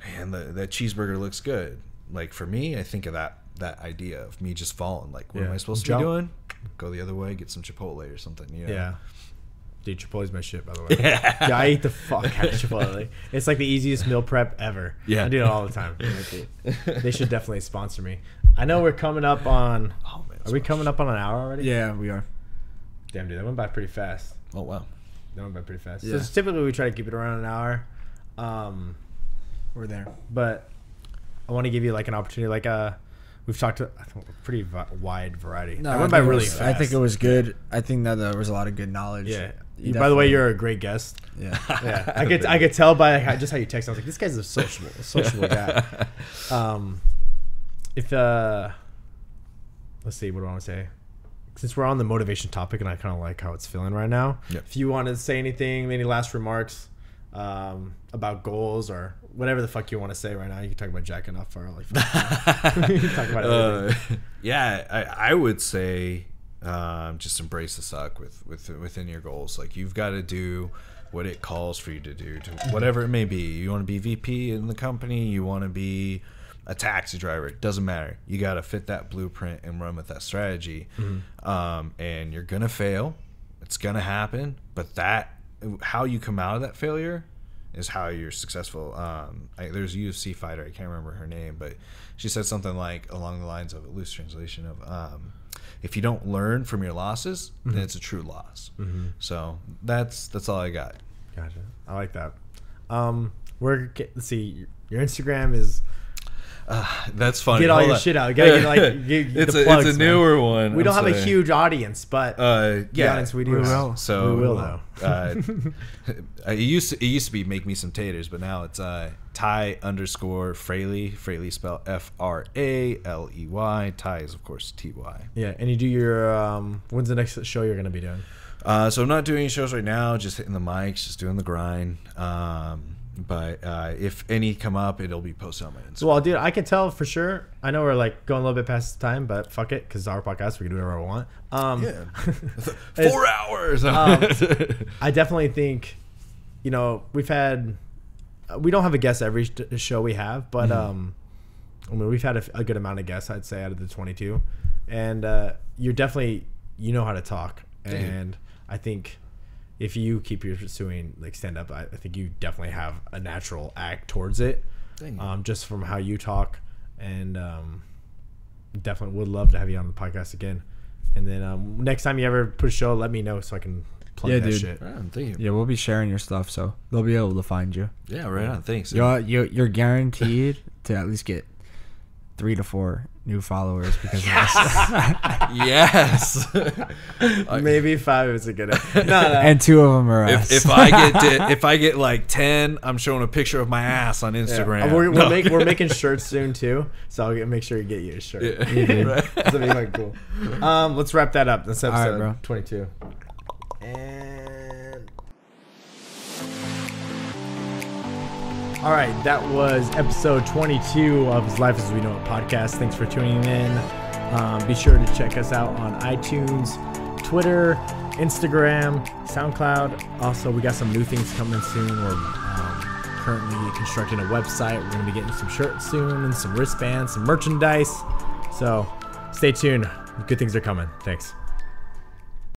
Speaker 3: man the, that cheeseburger looks good like for me i think of that that idea of me just falling like what am
Speaker 2: Yeah.
Speaker 3: i supposed to
Speaker 2: Jump.
Speaker 3: be doing go the other way get some chipotle or something you know?
Speaker 2: Yeah. Dude, Chipotle's my shit, by the way. Yeah, I eat the fuck out of Chipotle. It's like the easiest meal prep ever.
Speaker 3: Yeah.
Speaker 2: I do it all the time. they should definitely sponsor me. I know we're coming up on.
Speaker 3: oh man
Speaker 2: Are we coming up on an hour already?
Speaker 1: yeah, we are.
Speaker 2: Damn, dude, that went by pretty fast.
Speaker 3: oh wow
Speaker 2: That went by pretty fast.
Speaker 1: Yeah.
Speaker 2: So typically we try to keep it around an hour, um,
Speaker 1: We're there.
Speaker 2: but I want to give you like an opportunity. Like uh, we've talked to I think, a pretty vi- wide variety. No, that went by
Speaker 1: think it
Speaker 2: really
Speaker 1: was-
Speaker 2: fast.
Speaker 1: I think it was good. I think that there was a lot of good knowledge.
Speaker 2: Yeah. You- by the way, you're a great guest.
Speaker 1: Yeah.
Speaker 2: Yeah. I could I could tell by how, just how you text. I was like, this guy's a sociable, a sociable guy. Um, if uh, let's see, what do I want to say? Since we're on the motivation topic, and I kind of like how it's feeling right now.
Speaker 3: Yeah.
Speaker 2: If you want to say anything, any last remarks um, about goals or whatever the fuck you want to say right now, you can talk about jacking off for all like. talk about
Speaker 3: Uh, yeah, I, I would say um, just embrace the suck with, with within your goals. Like you've got to do what it calls for you to do, to whatever it may be. You want to be VP in the company, you want to be a taxi driver. It doesn't matter. You got to fit that blueprint and run with that strategy.
Speaker 2: Mm-hmm.
Speaker 3: Um, and you're gonna fail. It's gonna happen. But that how you come out of that failure is how you're successful. Um, I, there's a UFC fighter, I can't remember her name, but she said something like along the lines of a loose translation of, um, if you don't learn from your losses, then it's a true loss. So that's that's all I got.
Speaker 2: Gotcha. I like that. Um, we're get- let's see. Your Instagram is
Speaker 3: Uh, that's funny.
Speaker 2: Get all
Speaker 3: Hold
Speaker 2: your
Speaker 3: on.
Speaker 2: shit out. Gotta get, like, get the
Speaker 3: it's, a,
Speaker 2: plugs,
Speaker 3: it's a
Speaker 2: man.
Speaker 3: newer one.
Speaker 2: We
Speaker 3: I'm
Speaker 2: don't have a
Speaker 3: sorry.
Speaker 2: huge audience, but
Speaker 3: Uh,
Speaker 2: to be
Speaker 3: yeah,
Speaker 2: honest, we
Speaker 1: We
Speaker 2: do.
Speaker 1: will.
Speaker 3: So
Speaker 2: we will though.
Speaker 3: uh, it used to it used to be make me some taters, but now it's uh, Ty underscore Fraley. Fraley spelled F R A L E Y. Ty is of course T Y.
Speaker 2: Yeah, and you do your. Um, when's the next show you're gonna be doing?
Speaker 3: Uh, so I'm not doing any shows right now. Just hitting the mics, just doing the grind. Um, but uh, if any come up, it'll be posted on my Instagram.
Speaker 2: Well, dude, I can tell for sure. I know we're like going a little bit past time, but fuck it, because our podcast, we can do whatever we want. Um,
Speaker 3: yeah, four hours.
Speaker 2: I definitely think, you know, we've had, uh, we don't have a guest every sh- show we have, but um, I mean, we've had a, f- a good amount of guests, I'd say, out of the twenty-two, and uh, you're definitely you know how to talk, and I think if you keep your pursuing like stand up, I, I think you definitely have a natural act towards it,
Speaker 3: Thank you.
Speaker 2: um, just from how you talk, and um, definitely would love to have you on the podcast again. And then um, next time you ever put a show, let me know so I can plug
Speaker 1: Yeah,
Speaker 2: that
Speaker 1: dude.
Speaker 2: shit.
Speaker 3: Right on, thank you.
Speaker 1: Yeah, we'll be sharing your stuff, so they'll be able to find you.
Speaker 3: Yeah, right on. Thanks.
Speaker 1: You're you you're guaranteed to at least get three to four new followers because of us,
Speaker 3: yes. I-
Speaker 2: Maybe five is a good. no, no.
Speaker 1: and two of them are
Speaker 3: if,
Speaker 1: us.
Speaker 3: if I get di- if I get like ten, I'm showing a picture of my ass on Instagram.
Speaker 2: Uh, We're, we're,
Speaker 3: No.
Speaker 2: make, we're making shirts soon too, so I'll get, make sure you get you a shirt.
Speaker 3: Yeah.
Speaker 2: This will be like cool. Um, let's wrap that up. That's
Speaker 1: right,
Speaker 2: episode
Speaker 1: bro.
Speaker 2: 22. And all right, that was episode 22 of His Life as We Know It podcast. Thanks for tuning in. Um, be sure to check us out on iTunes, Twitter, Instagram, SoundCloud. Also, we got some new things coming soon. We're um, currently constructing a website. We're going to be getting some shirts soon and some wristbands, some merchandise. So stay tuned. Good things are coming. Thanks.